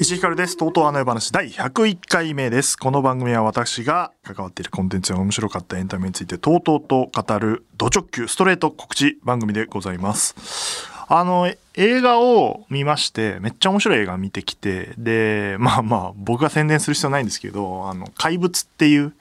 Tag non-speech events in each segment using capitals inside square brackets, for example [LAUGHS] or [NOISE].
石井ひかるです。とうとうあの世話第101回目です。この番組は私が関わっているコンテンツや面白かったエンタメについてとうとうと語るド直球ストレート告知番組でございます。あの、映画を見まして、めっちゃ面白い映画見てきて、で、まあまあ、僕が宣伝する必要ないんですけど、あの、怪物っていう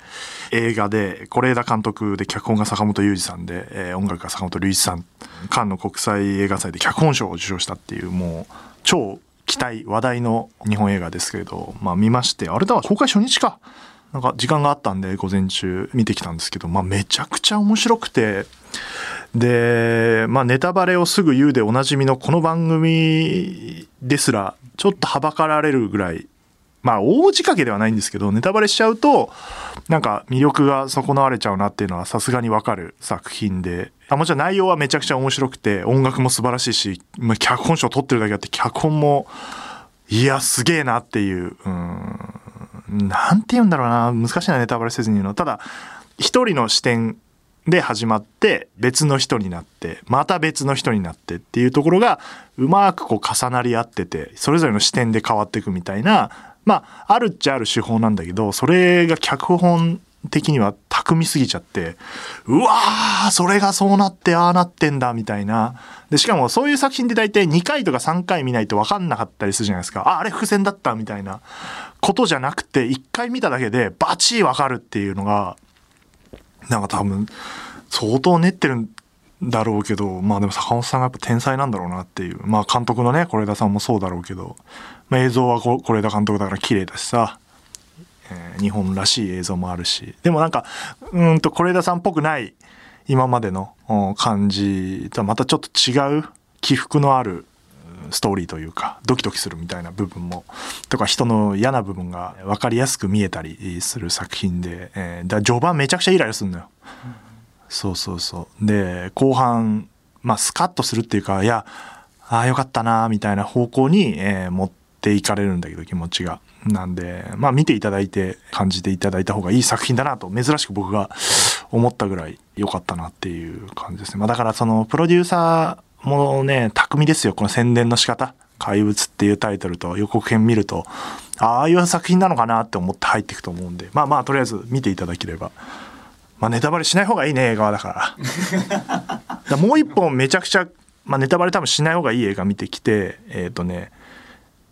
映画で、是枝監督で脚本が坂本裕二さんで、えー音楽が坂本龍一さん、カンヌ国際映画祭で脚本賞を受賞したっていう、もう、超期待話題の日本映画ですけれど、まあ、見ましてあれだわ公開初日かなんか時間があったんで午前中見てきたんですけど、まあ、めちゃくちゃ面白くてで、まあ、ネタバレをすぐ言うでおなじみのこの番組ですらちょっとはばかられるぐらいまあ大仕掛けではないんですけどネタバレしちゃうとなんか魅力が損なわれちゃうなっていうのはさすがにわかる作品であもちろん内容はめちゃくちゃ面白くて音楽も素晴らしいし、まあ、脚本賞取ってるだけあって脚本もいやすげえなっていううんなんて言うんだろうな難しいなネタバレせずに言うのただ一人の視点で始まって別の人になってまた別の人になってっていうところがうまくこう重なり合っててそれぞれの視点で変わっていくみたいなまああるっちゃある手法なんだけどそれが脚本的には巧みすぎちゃってうわーそれがそうなってああなってんだみたいなでしかもそういう作品って大体2回とか3回見ないと分かんなかったりするじゃないですかああれ伏線だったみたいなことじゃなくて1回見ただけでバチー分かるっていうのがなんか多分相当練ってるんだろうけどまあでも坂本さんがやっぱ天才なんだろうなっていうまあ監督のね是枝さんもそうだろうけど、まあ、映像はこ是枝監督だから綺麗だしさ、えー日本らしい映像もあるしでもなんかうーんと是枝さんっぽくない今までのうん感じとはまたちょっと違う起伏のあるうんストーリーというかドキドキするみたいな部分もとか人の嫌な部分が分かりやすく見えたりする作品で、えーだから序盤めちゃくちゃイライラするのよ。そうそうそうで後半、まあ、スカッとするっていうかいやああよかったなみたいな方向に、えー持っていかれるんだけど気持ちが。なんでまあ見ていただいて感じていただいた方がいい作品だなと珍しく僕が思ったぐらい良かったなっていう感じですね。まあ、だからそのプロデューサーもね巧みですよこの宣伝の仕方怪物っていうタイトルと予告編見るとあああいう作品なのかなって思って入っていくと思うんでまあまあとりあえず見ていただければまあ、ネタバレしない方がいいね映画はだからだからもう一本めちゃくちゃ、まあ、ネタバレ多分しない方がいい映画見てきてえっ、とね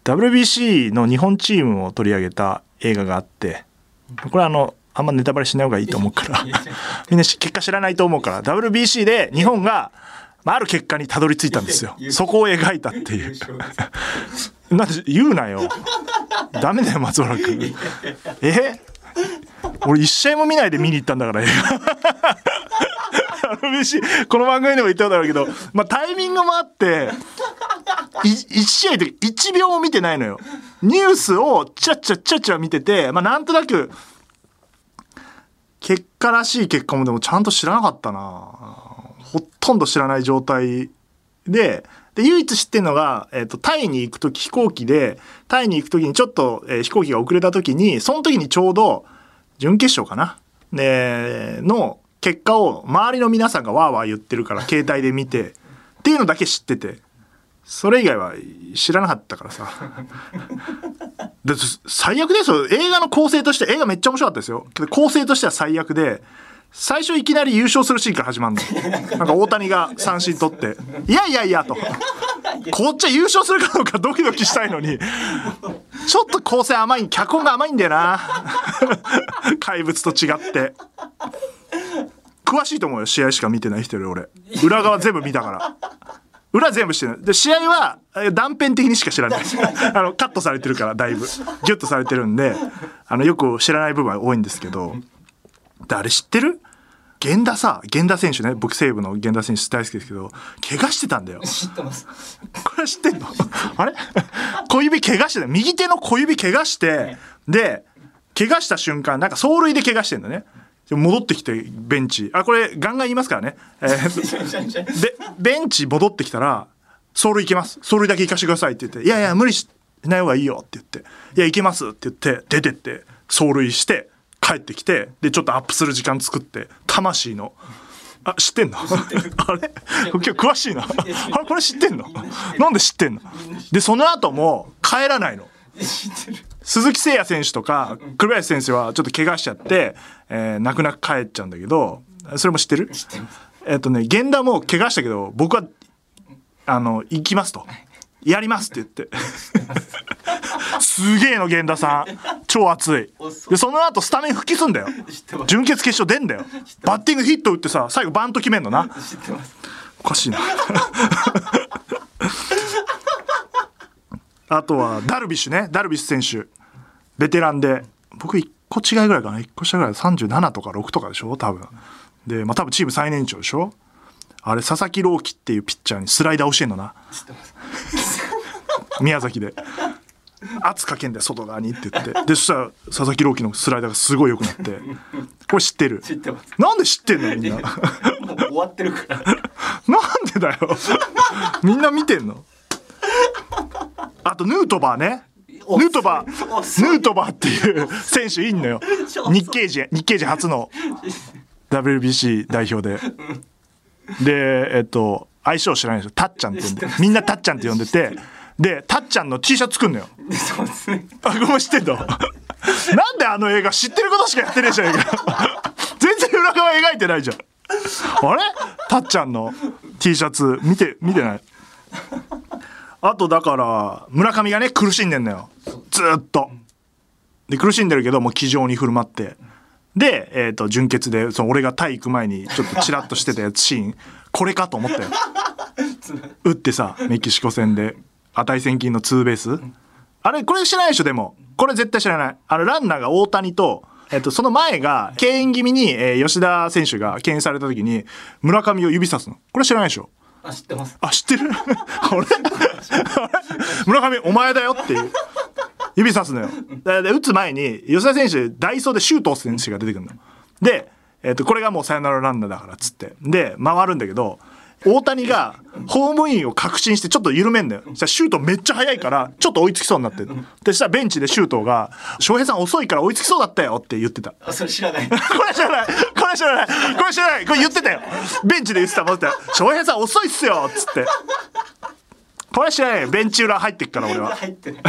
WBC の日本チームを取り上げた映画があってこれはあのあんまネタバレしない方がいいと思うからみんなし結果知らないと思うから WBC で日本が、まあ、ある結果にたどり着いたんですよそこを描いたっていう [LAUGHS] なんで言うなよダメだよ松原君え俺一試合も見ないで見に行ったんだから映画 RBC この番組でも言ったことあるけど、まあ、タイミングもあって1試合の時1秒も見てないのよニュースをチャチャチャチャ見てて、まあ、なんとなく結果らしい結果もでもちゃんと知らなかったなほとんど知らない状態でで唯一知ってるのが、えっとタイに行く時飛行機でタイに行く時にちょっと、えー飛行機が遅れた時にその時にちょうど準決勝かな、ね、の結果を周りの皆さんがわーわー言ってるから携帯で見てっていうのだけ知っててそれ以外は知らなかったからさで最悪ですよ映画の構成として映画めっちゃ面白かったですよけど構成としては最悪で最初いきなり優勝するシーンから始まるのなんか大谷が三振取って「いやいやいや」と。こっちは優勝するかどうかドキドキしたいのにちょっと構成甘い脚本が甘いんだよな怪物と違って詳しいと思うよ試合しか見てない人より俺裏側全部見たから裏全部してるで試合はえ断片的にしか知らない [LAUGHS] あのカットされてるからだいぶギュッとされてるんであのよく知らない部分は多いんですけどであれ知ってる源田さ源田選手ね僕西武の源田選手大好きですけど怪我してたんだよ知ってます。これは知ってんのあれ小指怪我してた右手の小指怪我してで怪我した瞬間なんか走塁で怪我してんだねで戻ってきてベンチあこれガンガン言いますからね、えーでベンチ戻ってきたら「走塁行けます走塁だけ行かせてください」って言って「いやいや無理しいない方がいいよって言って、いや、行きますって言って、出てって、走塁して、帰ってきて、で、ちょっとアップする時間作って、魂の、あ、知ってんのあれ今日詳しいな。あれこれ知ってんのなんで知ってんので、その後も帰らないの。鈴木誠也選手とか、栗林選手はちょっと怪我しちゃって、えー泣く泣く帰っちゃうんだけど、それも知ってるえっとね、源田も怪我したけど、僕は、あの、行きますと。やりますって言って。すげえの、源田さん。超熱い。で、その後、スタメン復帰すんだよ。準決決勝出んだよ。バッティングヒット打ってさ、最後バント決めんのな。おかしいな。 [LAUGHS] あとは、ダルビッシュね。ダルビッシュ選手。ベテランで。僕、1個違いぐらいかな。1個下ぐらい。37とか6とかでしょ多分。で、まあ、多分チーム最年長でしょあれ、佐々木朗希っていうピッチャーにスライダー教えんのな。宮崎で。圧かけんだよ外側にって言ってでそしたら佐々木朗希のスライダーがすごい良くなってこれ知ってる知ってますなんで知ってんのみんななんもう終わってるからでだよみんな見てんのあとヌートバーね遅いヌートバー遅いヌートバーっていう選手いんの [LAUGHS] よ遅い日系人日系人初の WBC 代表ででえっと相性知らないでしょたっちゃんって呼んでみんなたっちゃんって呼んでてでたっちゃんの T シャツ作んのよそうですねあ、ごめん、知ってんの [LAUGHS] なんであの映画知ってることしかやってねえじゃねえか。 [LAUGHS] 全然裏側描いてないじゃん。あれたっちゃんの T シャツ、見て、見てない。あと、だから、村上がね、苦しんでんのよ。ずーっと。で、苦しんでるけど、もう気丈に振る舞って。で、えっ、と、純潔で、その俺がタイ行く前に、ちょっとチラッとしてたやつシーン、これかと思ったよ。打ってさメキシコ戦で値千金のツーベースあれこれ知らないでしょでもこれ絶対知らないあのランナーが大谷と、えっと、その前が敬遠気味に、えー吉田選手が敬遠された時に村上を指さすのこれ知らないでしょあ知ってますあ知ってる [LAUGHS] あれあれ村上お前だよっていう指さすのよでで打つ前に吉田選手ダイソーで周東選手が出てくるので、えっとこれがもうサヨナラランナーだからっつってで回るんだけど大谷がホームインを確信してちょっと緩めんだよ。そしたらシュートめっちゃ速いからちょっと追いつきそうになってる。で、そしたらベンチでシュートが、翔平さん遅いから追いつきそうだったよって言ってた。あそれ知らないこれ知らないこれ知らないこれ知らないこれ言ってたよベンチで言ってたもんだって翔平さん遅いっすよっつってこれ知らないよベンチ裏入ってっから俺は入ってない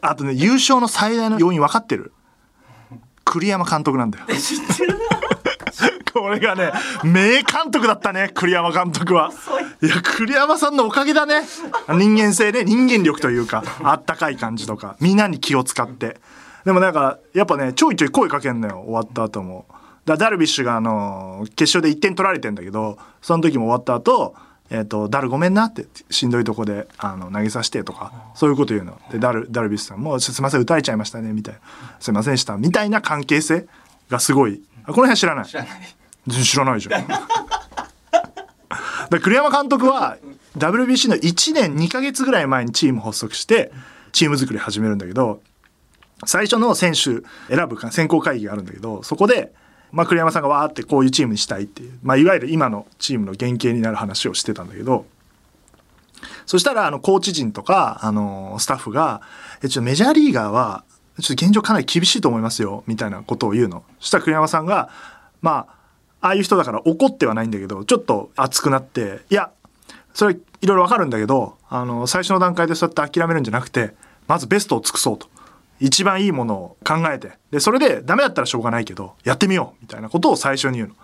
あとね優勝の最大の要因分かってる栗山監督なんだよ知ってる [LAUGHS] これがね名監督だったね栗山監督はいや栗山さんのおかげだね人間性ね人間力というかあったかい感じとかみんなに気を使ってでもなんかやっぱねちょいちょい声かけんのよ終わった後もだダルビッシュがあの決勝で1点取られてんだけどその時も終わった後えっとダルごめんなってしんどいとこであの投げさせてとかそういうこと言うのでダルダルビッシュさんも「すいません打たれちゃいましたね」みたいな「すいませんでした」みたいな関係性がすごいあこの辺は知らない知らない全然知らないじゃん。だから栗山監督は WBC の1年2ヶ月ぐらい前にチーム発足してチーム作り始めるんだけど最初の選手選ぶか選考会議があるんだけどそこで、まあ、栗山さんがわーってこういうチームにしたいっていう、まあ、いわゆる今のチームの原型になる話をしてたんだけどそしたらあのコーチ陣とか、あのスタッフが「えちょっとメジャーリーガーはちょっと現状かなり厳しいと思いますよ」みたいなことを言うの。そしたら栗山さんがまあああいう人だから怒ってはないんだけどちょっと熱くなって「いやそれいろいろわかるんだけどあの最初の段階でそうやって諦めるんじゃなくてまずベストを尽くそうと一番いいものを考えてでそれでダメだったらしょうがないけどやってみようみたいなことを最初に言うの。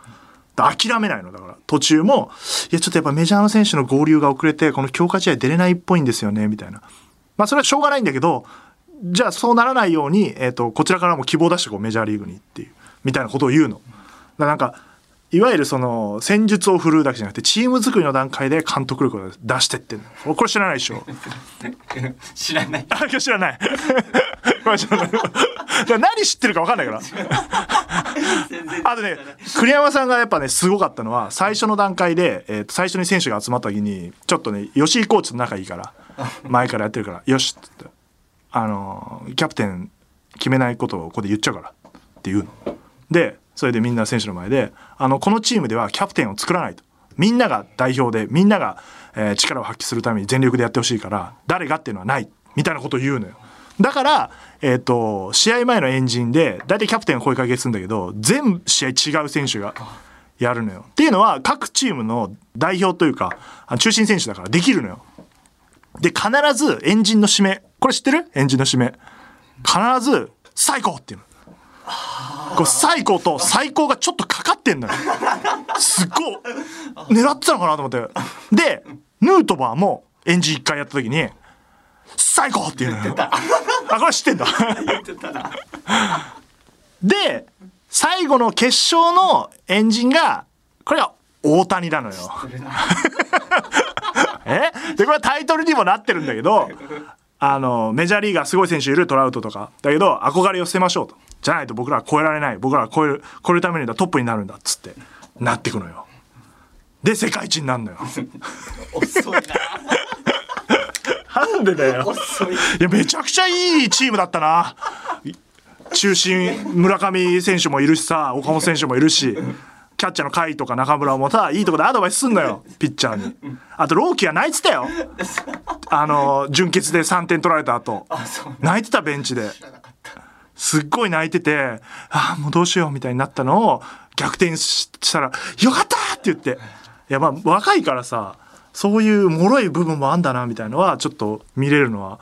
だ諦めないのだから途中も「いやちょっとやっぱメジャーの選手の合流が遅れてこの強化試合出れないっぽいんですよね」みたいなまあそれはしょうがないんだけどじゃあそうならないように、えー、とこちらからも希望を出してこうメジャーリーグにっていうみたいなことを言うの。だからなんかいわゆるその戦術を振るうだけじゃなくてチーム作りの段階で監督力を出してってんのこれ知らないでしょ [LAUGHS] 知らないあ、今日知らない。 [LAUGHS] これ知らない。 [LAUGHS] だから何知ってるか分かんないから。あとね、栗山さんがやっぱね、すごかったのは、最初の段階で、えーと最初に選手が集まった時に、ちょっとね、吉井コーチと仲いいから、前からやってるから、よしって言って、あのーキャプテン決めないことをここで言っちゃうからって言うの。で、それでみんな選手の前で、あの、このチームではキャプテンを作らないと。みんなが代表でみんなが、えー力を発揮するために全力でやってほしいから誰がっていうのはないみたいなことを言うのよだから、えっと試合前の円陣で大体キャプテンが声かけするんだけど全試合違う選手がやるのよっていうのは各チームの代表というかあの中心選手だからできるのよで必ずエンジンの締めこれ知ってるエンジンの締め必ず「最高!」っていうのこれ最高と最高がちょっとかかってんのよすっごい狙ってたのかなと思ってでヌートバーもエンジン1回やった時に「最高!」っていうのよあこれ知ってんだ言ってたな。で最後の決勝のエンジンがこれが大谷なのよそれなえでこれはタイトルにもなってるんだけどあのメジャーリーガーすごい選手いるトラウトとかだけど憧れを捨てましょうとじゃないと僕らは超えられない僕らは超える超えるためにはトップになるんだっつってなってくのよで世界一になるのよ遅いな。なんでだよ遅い。いやめちゃくちゃいいチームだったな中心村上選手もいるしさ岡本選手もいるしキャッチャーの甲斐とか中村もさいいとこでアドバイスすんのよピッチャーにあと朗希が泣いてたよあの準決で3点取られた後あ、そう。 [LAUGHS] 泣いてたベンチで知らなかった。すっごい泣いててああもうどうしようみたいになったのを逆転ししたら「よかった!」って言っていやまあ若いからさそういう脆い部分もあんだなみたいなのはちょっと見れるのは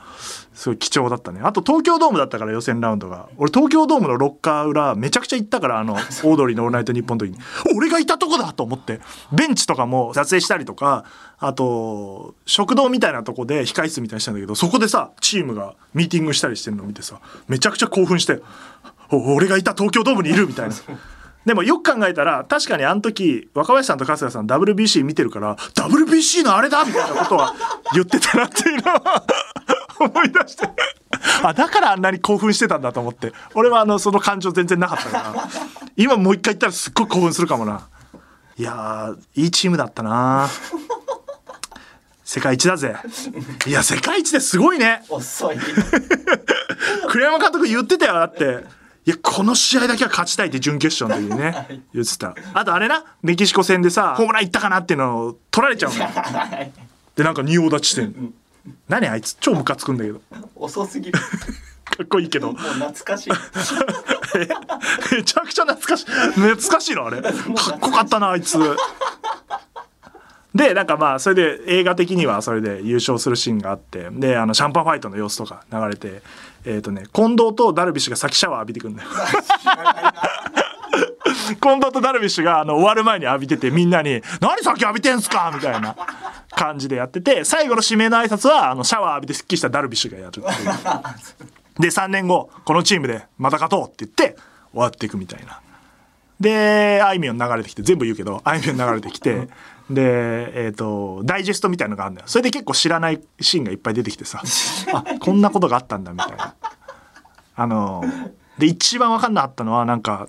すごい貴重だったねあと東京ドームだったから予選ラウンドが俺東京ドームのロッカー裏めちゃくちゃ行ったからあのオードリーの「オールナイトニッポン」の時に俺がいたとこだと思ってベンチとかも撮影したりとかあと食堂みたいなとこで控室みたいにしたんだけどそこでさチームがミーティングしたりしてるのを見てさめちゃくちゃ興奮してお俺がいた東京ドームにいるみたいな。でもよく考えたら確かにあの時若林さんと春日さん WBC 見てるから WBC のあれだみたいなことは言ってたなっていうのは [LAUGHS] 思い出してあだからあんなに興奮してたんだと思って俺はあのその感情全然なかったから今もう一回言ったらすっごい興奮するかもないやーいいチームだったな世界一だ [LAUGHS] ぜいや世界一ですごいね遅い。 [LAUGHS] 栗山監督言ってたよだっていやこの試合だけは勝ちたいって準決勝の時に [LAUGHS] ね言ってたあとあれなメキシコ戦でさホームランいったかなっていうのを取られちゃうのでなんか仁王立ちしてんの何あいつ超ムカつくんだけどか遅すぎる。っこいいけどもう懐かしい。 [LAUGHS] めちゃくちゃ懐かしい懐かしいのあれかっこよかったなあいつでなんかまあそれで映画的にはそれで優勝するシーンがあってであのシャンパンファイトの様子とか流れてえっ、とね近藤とダルビッシュが先シャワー浴びてくるんだよ近藤とダルビッシュがあの終わる前に浴びててみんなに「何先浴びてんすか!」みたいな感じでやってて最後の締めの挨拶はあのシャワー浴びてすっきりしたダルビッシュがやるっていうで3年後このチームでまた勝とうって言って終わっていくみたいな。であいみょん流れてきて全部言うけどあいみょん流れてきてでえっ、とダイジェストみたいのがあるんだよそれで結構知らないシーンがいっぱい出てきてさあこんなことがあったんだみたいな。あので一番分かんなかったのはなんか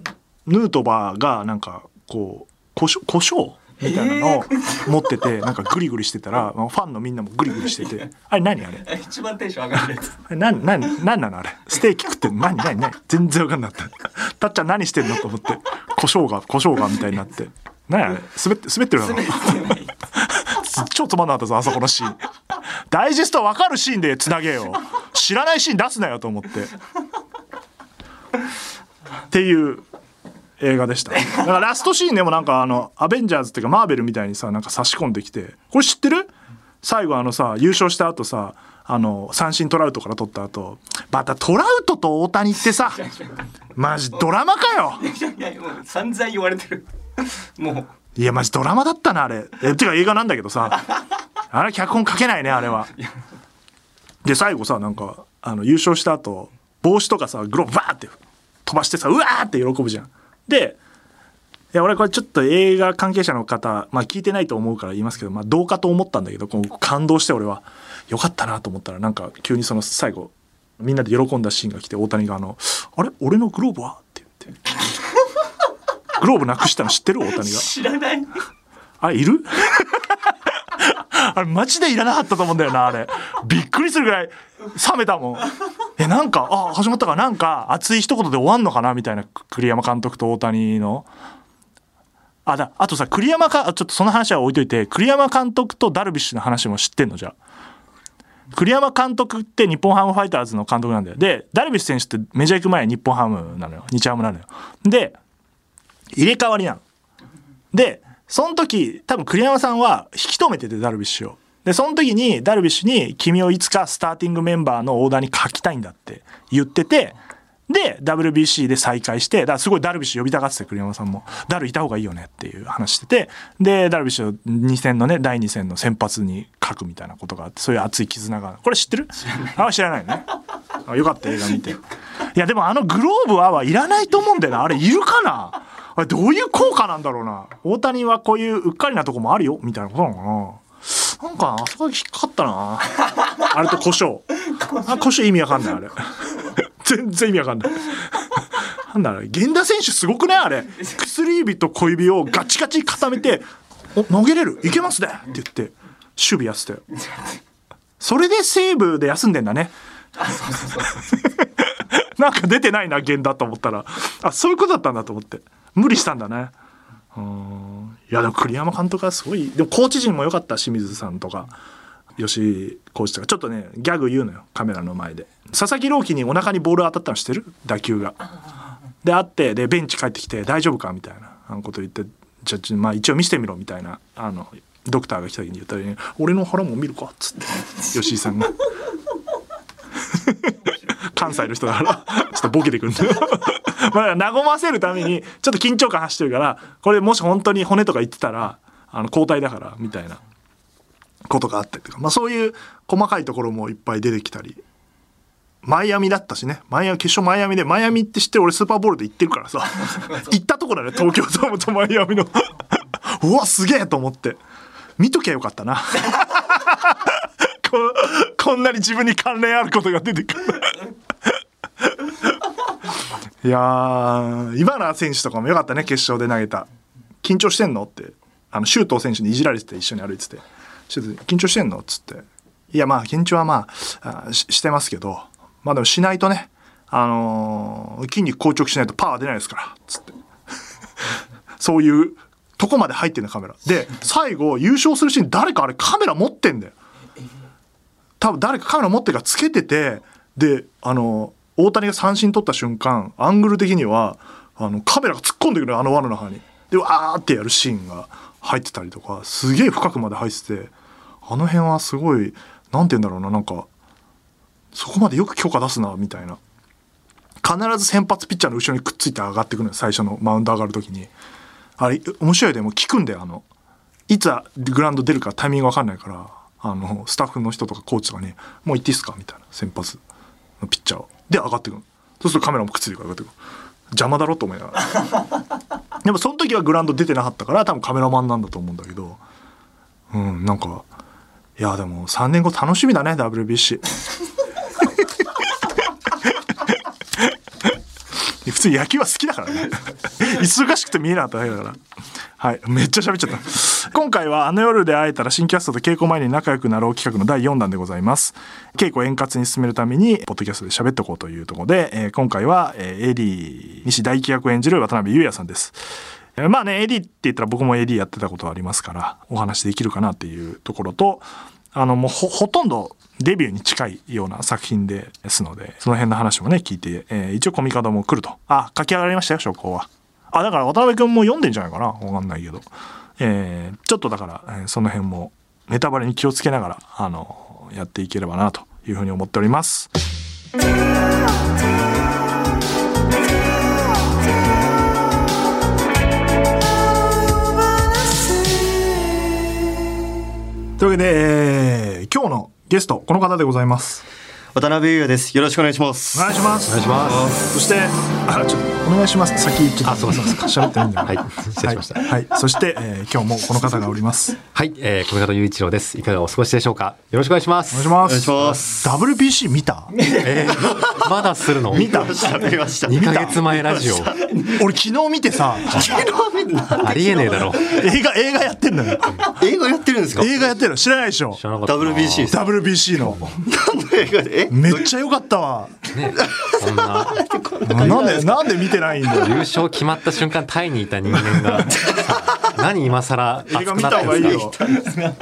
ヌートバーがなんかこう胡椒胡椒みたいなのを持ってて、なんかグリグリしてたらファンのみんなもグリグリしててあれ何あれ一番テンション上がるやつ。なん、なん、なんなのあれ。ステーキ食ってんの何、何、何全然わかんなかった。たっちゃん何してんのと思って。胡椒が、胡椒がみたいになって。何あれ滑って、滑ってるだろ。 [LAUGHS] 超つまんなかったぞ、あそこのシーン。ダイジェストわかるシーンでつなげよ。知らないシーン出すなよと思って。っていう映画でした。だからラストシーンでもなんかあの、アベンジャーズっていうかマーベルみたいにさ、なんか差し込んできて、これ知ってる最後あのさ、優勝した後さ、あの、三振トラウトから取った後、またトラウトと大谷ってさ、マジドラマかよいやいやいや、もう散々言われてる。もう。いやマジドラマだったなあれえてか映画なんだけどさあれ脚本書けないねあれはで最後さなんかあの優勝した後帽子とかさグローブバーって飛ばしてさうわーって喜ぶじゃんでいや俺これちょっと映画関係者の方、まあ、聞いてないと思うから言いますけど、まあ、どうかと思ったんだけどこう感動して俺はよかったなと思ったらなんか急にその最後みんなで喜んだシーンが来て大谷があの「あれ俺のグローブは?」って言ってグローブなくしたの知ってる大谷が知らない。あれいる [LAUGHS] あれマジでいらなかったと思うんだよなあれびっくりするぐらい冷めたもんえなんかあ始まったかなんか熱い一言で終わんのかなみたいな栗山監督と大谷のあだあとさ栗山かあちょっとその話は置いといて栗山監督とダルビッシュの話も知ってんのじゃあ栗山監督って日本ハムファイターズの監督なんだよでダルビッシュ選手ってメジャー行く前に日本ハムなのよ日ハムなのよで入れ替わりなのでその時多分栗山さんは引き止めててダルビッシュをでその時にダルビッシュに「君をいつかスターティングメンバーのオーダーに書きたいんだ」って言っててで WBC で再会してだからすごいダルビッシュ呼びたがってて栗山さんも「ダルいた方がいいよね」っていう話しててでダルビッシュを2戦のね第2戦の先発に書くみたいなことがあってそういう熱い絆がこれ知ってるあ知らないねあよかった映画見ていやでもあのグローブははいらないと思うんだよなあれいるかなあれどういう効果なんだろうな大谷はこういううっかりなとこもあるよみたいなことなのかななんかあそこが引っかかったなあれと胡椒あ胡椒意味わかんないあれ全然意味わかんないなんだろう源田選手すごくねあれ薬指と小指をガチガチに固めて「お投げれるいけますね」って言って守備やってたよそれで西武で休んでんだねそうそうそうそう [LAUGHS] なんか出てないな源田と思ったらあそういうことだったんだと思って無理したんだねうんいやでも栗山監督はすごいでもコーチ陣も良かった清水さんとか吉井コーチとかちょっとねギャグ言うのよカメラの前で佐々木朗希にお腹にボール当たったのしてる打球がで会ってでベンチ帰ってきて「大丈夫か?」みたいなあのこと言って「じゃあちょまあ、一応見せてみろ」みたいなあのドクターが来た時に言ったら、ね「俺の腹も見るか」っつって吉井さんが関西の人だからちょっとボケてくるんだよ [LAUGHS] まあ和ませるためにちょっと緊張感走ってるからこれもし本当に骨とか言ってたらあの交代だからみたいなことがあったりとか、まあ、そういう細かいところもいっぱい出てきたりマイアミだったしねマイアミ決勝マイアミでマイアミって知ってる俺スーパーボールで行ってるからさ行ったとこだね東京ドームとマイアミの [LAUGHS] うわすげえと思って見ときゃよかったな [LAUGHS] ここんなに自分に関連あることが出てくるいやー今の選手とかもよかったね決勝で投げた緊張してんのってあの周東選手にいじられてて一緒に歩いてて「周東緊張してんの?」っつって「いやまあ緊張はまああししてますけどまあでもしないとね、あのー筋肉硬直しないとパワー出ないですから」っつって [LAUGHS] そういうとこまで入ってんのカメラで最後優勝するシーン誰かあれカメラ持ってんだよ多分誰かカメラ持ってるからつけててであの大谷が三振取った瞬間アングル的にはあのカメラが突っ込んでくるあの輪の中にでわーってやるシーンが入ってたりとかすげえ深くまで入っててあの辺はすごいなんて言うんだろうななんかそこまでよく許可出すなみたいな必ず先発ピッチャーの後ろにくっついて上がってくるのよ最初のマウンド上がる時にあれ面白いでもう聞くんだよあのいつグラウンド出るかタイミングわかんないからあのスタッフの人とかコーチとかに「もう行っていいっすか?」みたいな先発のピッチャーをで上がってくるそうするとカメラもくっついてくる上がってくる邪魔だろと思いながらでもその時はグラウンド出てなかったから多分カメラマンなんだと思うんだけどうんなんかいやでも3年後楽しみだね WBC 普通に野球は好きだからね忙しくて見えなかっただけだからはいめっちゃ喋っちゃった今回は「あの夜で会えたら新キャストと稽古前に仲良くなろう」企画の第4弾でございます稽古を円滑に進めるためにポッドキャストで喋っておこうというところで、えー今回は、えー、AD 西大輝役を演じる渡辺裕也さんですえーまあね AD って言ったら僕も AD やってたことはありますからお話できるかなっていうところとあのもうほほとんどデビューに近いような作品ですのでその辺の話もね聞いて、えー一応コミカドも来るとあ書き上がりましたよ証拠はあだから渡辺君も読んでんじゃないかなわかんないけど、えーちょっとだから、えーその辺もネタバレに気をつけながらあのやっていければなというふうに思っておりますというわけで、えー今日のゲストこの方でございます渡辺裕也です。よろしくお願いします。お願いします。お願いします。そして、あ、ちょっとお願いします。先行っちゃっあそうそうそう喋ってないんだよ。はい失礼しましたはい。はいそして、えー今日もこの方がおります。はい、えー、小方雄一郎です。いかがお過ごしでしょうか。よろしくお願いします。お願いします。お願いします。 WBC 見 [LAUGHS] た？えー [LAUGHS] まだするの。見た喋りました。二ヶ月前ラジオ。俺昨日見てさ、ありえねえだろ。映画映画やってんのよ。映画やってるんですか映画やってるの知らないでしょ知。らなかったな。 ?WBC です。 WBC の何の映画でえめっちゃ良かったわ。そ [LAUGHS] んななんでなんで見てないんだよ。 [LAUGHS] 優勝決まった瞬間タイにいた人間が何今更映画熱見くなたって方るがいんいですよ。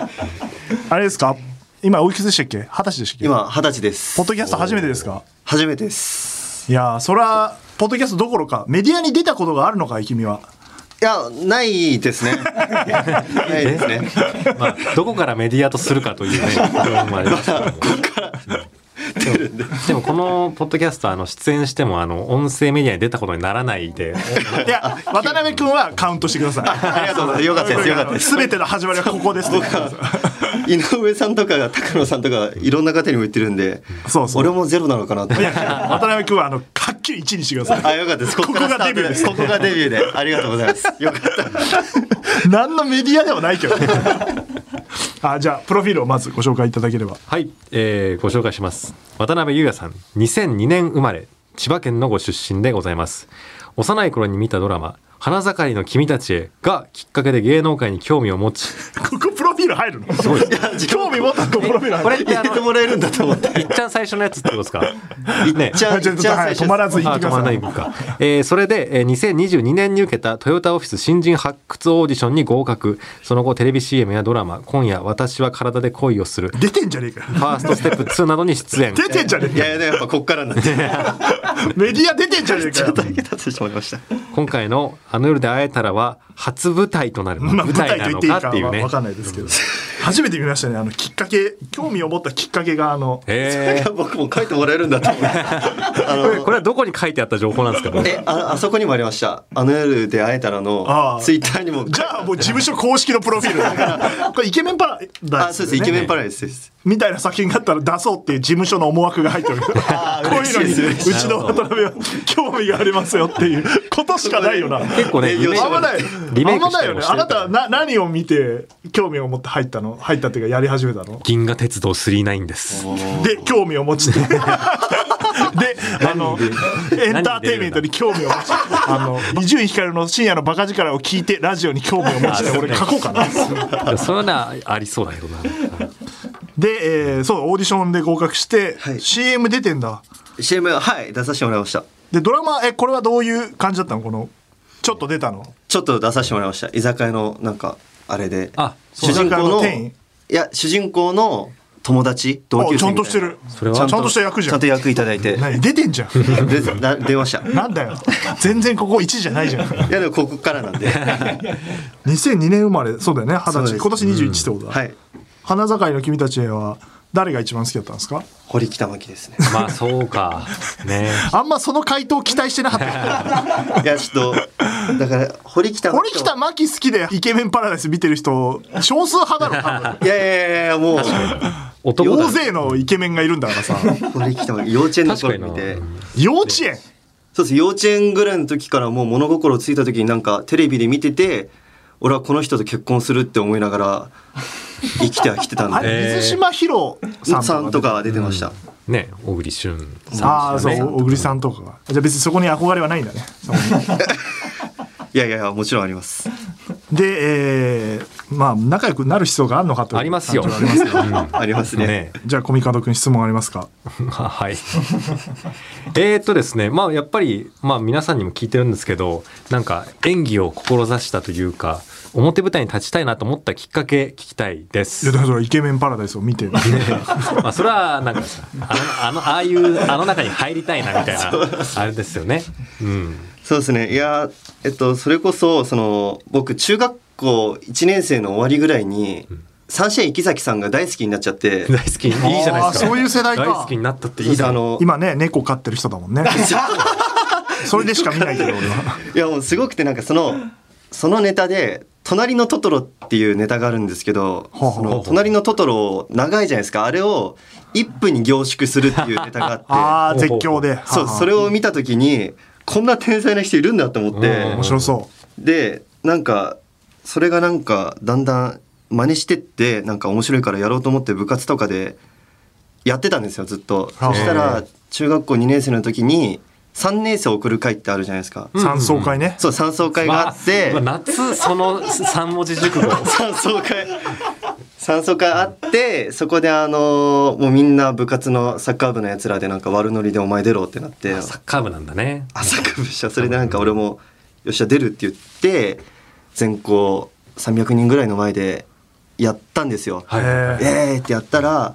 あれですか今おいくつでしたっけ二十歳でしたっけ今二十歳ですポッドキャスト初めてですか初めてですいやーそらポッドキャストどころかメディアに出たことがあるのかい君 [LAUGHS] はいやないです [LAUGHS] ねないですねか、まあ、どこからメディアとするかというね部分もありますけどでもでもこのポッドキャストはあの出演してもあの音声メディアに出たことにならないでいや渡辺君はカウントしてください [LAUGHS] ありがとうございますよかったですよかったです全ての始まりはここですと井上さんとかが高野さんとかいろんな方にも言ってるんでそうそう俺もゼロなのかなっていや [LAUGHS] 渡辺君はあのはっきり1にしてく [LAUGHS] ださあよかったですここここがデビューですここがデビューでありがとうございますよかったい何のメディアではないけどね [LAUGHS] あじゃあプロフィールをまずご紹介いただければはい、えーご紹介します。渡辺裕也さん、2002年生まれ、千葉県のご出身でございます。幼い頃に見たドラマ、花盛りの君たちへがきっかけで芸能界に興味を [LAUGHS] 持ち、ここプロフィール入るの興味持ったとこプロフィール入るこれってあ入れての、もらえるんだと思っていっちゃん最初のやつってことで [LAUGHS] すかねじゃああちょっとじゃあはい止最初まらず言ってあくだ止まらさないいのか、えーそれで、えー2022年に受けたトヨタオフィス新人発掘オーディションに合格その後テレビ CM やドラマ「今夜私は体で恋をする」出てんじゃねえかよ「ファーストステップ2」などに出 [LAUGHS] 演出てんじゃねえいかよやいややっぱこっからなんでメディア出てんじゃねえちかょよっとだけ立ってしまいました今回の「あの夜で会えたら」は初舞台となる、まあ、舞舞台台なと言っのていいかかっていうはね分かんないですけど初めて見ましたねあのきっかけ興味を持ったきっかけがあのえ僕も書いてもらえるんだと思ってあー、のこれはどこに書いてあった情報なんですかこれえああそこにもありました「あの夜で会えたら」あのあツイッターにもじゃあもう事務所公式のプロフィールだからこれイケメンパラダあイそスうですイねケメンパラダイスですみたいな作品があったら出そうっていう事務所の思惑が入 [LAUGHS] ってるこあーういうのに嬉しいでうすちの渡辺は興味がありますよっていうことしかないよな結構ねえよ夢し危ないリメイク危しなたいりよもねしてあるなかたはらな何を見て興味を持って入ったの入ったっていうかやり始めたの銀河鉄道999です [LAUGHS] で興味を持 [LAUGHS] ちであのエンターテインメントに興味を持ちあの伊集院光の深夜のバカ力を聞いてラジオに興味を持ちであ俺書こうかなそういうのはありそうだけどなで、えーそうオーディションで合格して、はい CM 出てんだ CM はい出させてもらいましたでドラマえこれはどういう感じだったのこのちょっと出たのちょっと出させてもらいました居酒屋のなんかあれであそう主なん人だ公の居酒屋の店員いや主人公の友達同級あち生ゃんみたいなとしてるれはちゃんとした役じちゃゃんんと役いただい [LAUGHS] て何出てんじゃん [LAUGHS] でな出ましたいなんだよ全然ここ1じゃないじゃんやでもここからなん [LAUGHS] で2002年生まれそうだよね二そう十歳です今年21ってことだ、はい花盛りの君たちへは誰が一番好きだったんですか堀北真希ですねまあそうか [LAUGHS] ねあんまその回答期待してなかったいやちょっとだから堀北真堀希と北真希好きでイケメンパラダイス見てる人少数派だろ多分いやいやいやいやもう男だ大勢のイケメンがいるんだからさ堀北真希幼稚園の確頃かにな見て幼稚園そうです幼稚園ぐらいの時からもう物心ついた時になんかテレビで見てて俺はこの人と結婚するって思いなが [LAUGHS] ら生きてはきてたんあでれ水島ひろさんさんととかか出てました、ね小栗旬あさんあですそよねう小栗さんとかがじゃあ別にそこに憧れはないんだねそこにいやいやいやもちろんありますでえーまあ仲良くなる必要があるのかというありますよ感じはありますよありますねね [LAUGHS] じゃあコミカド君質問ありますかあ [LAUGHS] はい。えーっとですね、まあやっぱり、まあ皆さんにも聞いてるんですけど、なんか演技を志したというか、表舞台に立ちたいなと思ったきっかけ聞きたいでいやす。だからイケメンパラダイスを見 [LAUGHS] てまあそれはなんかさあの、あの、ああいう、あの中に入りたいなみたいな、あれですよね。うん。そうですねいやえっとそれこそその僕中学校1年生の終わりぐらいに、サンシャイン池崎さんが大好きになっちゃ [LAUGHS] って大好き、いいじゃないあーですか。そういう世代か大好きになったっていいいいだあろの今ね猫飼ってる人だ [LAUGHS] もんねそれでしか見ないけど俺はいやもうすごくてなんかそのそのネタで「隣のトトロ」っていうネタがあるんですけど「ほうほそうほうの隣のトトロ」長いじゃないですかあれを1分に凝縮するっていうネタがあ [LAUGHS] ああ絶叫でってそうそれをを見た時にこんな天才な人いるんだと思ってうん面白そでなんかそれがなんかだんだん真似してってなんか面白いからやろうと思って部活とかでやってたんですよずっと。あーそしたら中学校2年生の時に3年生送る会ってあるじゃないですか。う三層階ねそう三層会があって、まあ夏、その三文字熟 [LAUGHS] 語。三層会三層会あってそこであのーもうみんな部活のサッカー部のやつらでなんか悪ノリで「お前出ろ」ってなってサッカー部なんだね。朝かぶしたそれでなんか俺も「よっしゃ出る」って言って全校300人ぐらいの前でやったんですよ。はいはいはいええーってやったら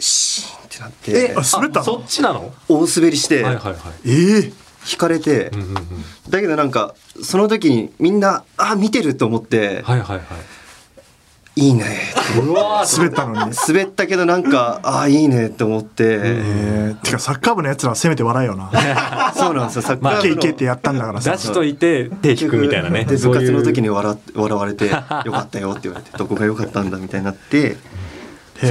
シーンってなってえあ滑ったのそっちなの大滑りしてはい引はいはいええかれてうんうんうんだけどなんかその時にみんなあ見てると思ってはいはいはいいいねうわー滑ったのに。滑ったけどなんかあいいねと思ってええてかサッカー部のやつらはせめて笑えよな。そうなんですよサッ [LAUGHS] カまあいーけい部けってのやったんだからさ出。しといて手引くみたいなねで部そうい活うの時に笑っ笑われて「よかったよ」って言われて「どこが良かったんだ」みたいになってへ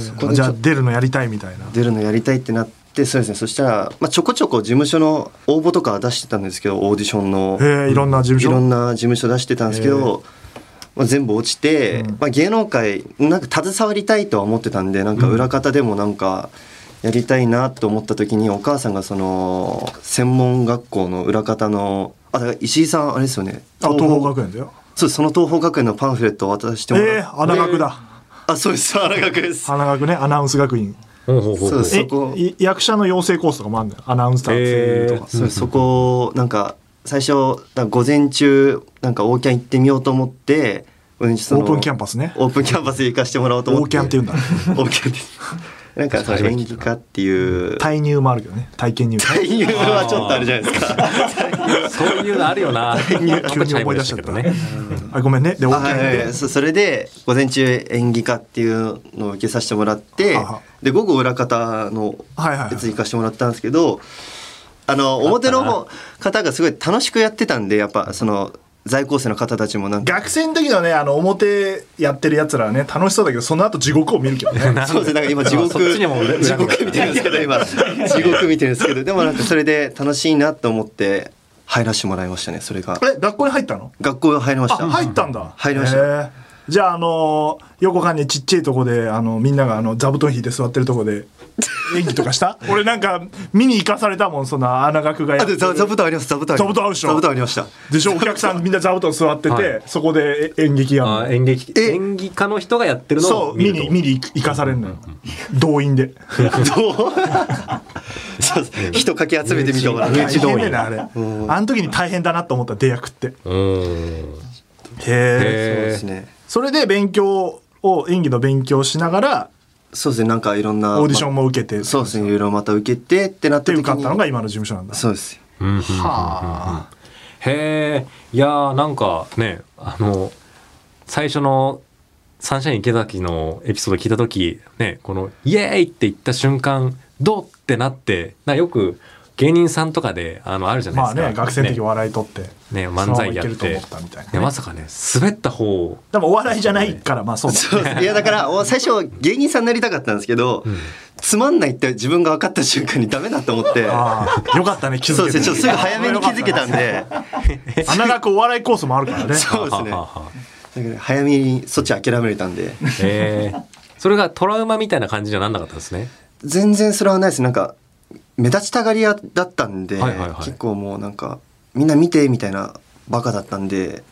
そうそうそこえ。じでちょゃあ出るのやりたいみたいな。出るのやりたいってなってそうですねそしたら、まあ、ちょこちょこ事務所の応募とかは出してたんですけどオーディションの。ええいろんな事務い所。ろんな事務所出してたんですけど、まあ、全部落ちて、うんまあ、芸能界なんか携わりたいとは思ってたんでなんか裏方でもなんかやりたいなと思った時にお母さんがその専門学校の裏方のあだから石井さんあれですよねあ東邦学園だよ。そうですその東邦学園のパンフレットを渡してもらっええ穴学だ。あそうです荒学です穴学ねアナウンス学院。ほうほうほうそうですえそこい役者の養成コースとかもあるんだよ。アナウンサーの声優とか。そうそこをなんか最初なんか午前中なんかオーキャン行ってみようと思ってオオープンキャンパパスね。 [LAUGHS] オープンキャンパス行かしてもらおうと思オっーてキャンって言うんだ。大きくてなんかその初めて演聞いた技家っていう体入もあるけどね。体験入。俳優はちょっとあるじゃないですかそういうのあるよな [LAUGHS] 急に思い出しちゃった。あごめんね。でオーキャはンいはでい。そそれで午前中演技家っていうのを受けさせてもらってははで午後裏方のはいはいやつ行かせてもらったんですけどあの表の方がすごい楽しくやってたんでやっぱその在校生の方たちもなんか学生の時のねあの表やってるやつらはね楽しそうだけどその後地獄を見るけど [LAUGHS] ねそうですね、なんか今地獄、そっちにも恨みが地獄見てるんですけど、今、地獄見てるんですけど、でもなんかそれで楽しいなと思って入らせてもらいましたね、それが。え学校に入ったの学校入りましあた。入ったんだ入りましたへーじゃああのー横間にちっちゃいとこであのみんながあの座布団引いて座ってるとこで演技とか [LAUGHS] した俺なんか見に行かされたもんそんな穴学がやあってでる座座布団あります座布団ります座布団あるでしょ座布団ありましたでしょお客さんみんな座布団座ってて、はいそこでえ演劇やんのあ演劇え演技家の人がやってるのそをう見見るにと見に行かされるのよ動員 [LAUGHS] でどうそうです人かき集めてみたもら身内大動変員だよねあれ、あの時に大変だなと思った出役ってへうーんえそうでへすねそれで勉強を演技の勉強をしながらそうですねなんかいろんなオーディションもも受けて、そうですねいろいろまた受けてってなっでた時に受かったのが今の事務所なんだそうですうんはあへえいやーなんかねあの最初のサンシャイン池崎のエピソード聞いた時ねこの「イエーイ!」って言った瞬間どうってなってなんかよく芸人さんとかであのあるじゃないますであか、ね学生の時ね笑い取って、ね漫才やっそのままいけるとて思ったみたいなねねまさかね滑った方でもお笑いじゃないからまあそうそうですいやだからお最初は芸人さんになりたかったんですけど、つまんないって自分が分かった瞬間にダメだと思ってああよかったね気づそうけですてねちょっとすぐ早めに気づけたんで穴学お笑いコースもあるからねそうですねははははだから早めにそっち諦めれたんで [LAUGHS] へえそれがトラウマみたいな感じじゃなんなかったんですね全然それはないですなんか目立ちたがり屋だったんで、はいはいはい結構もうなんかみんな見てみたいなバカだったんで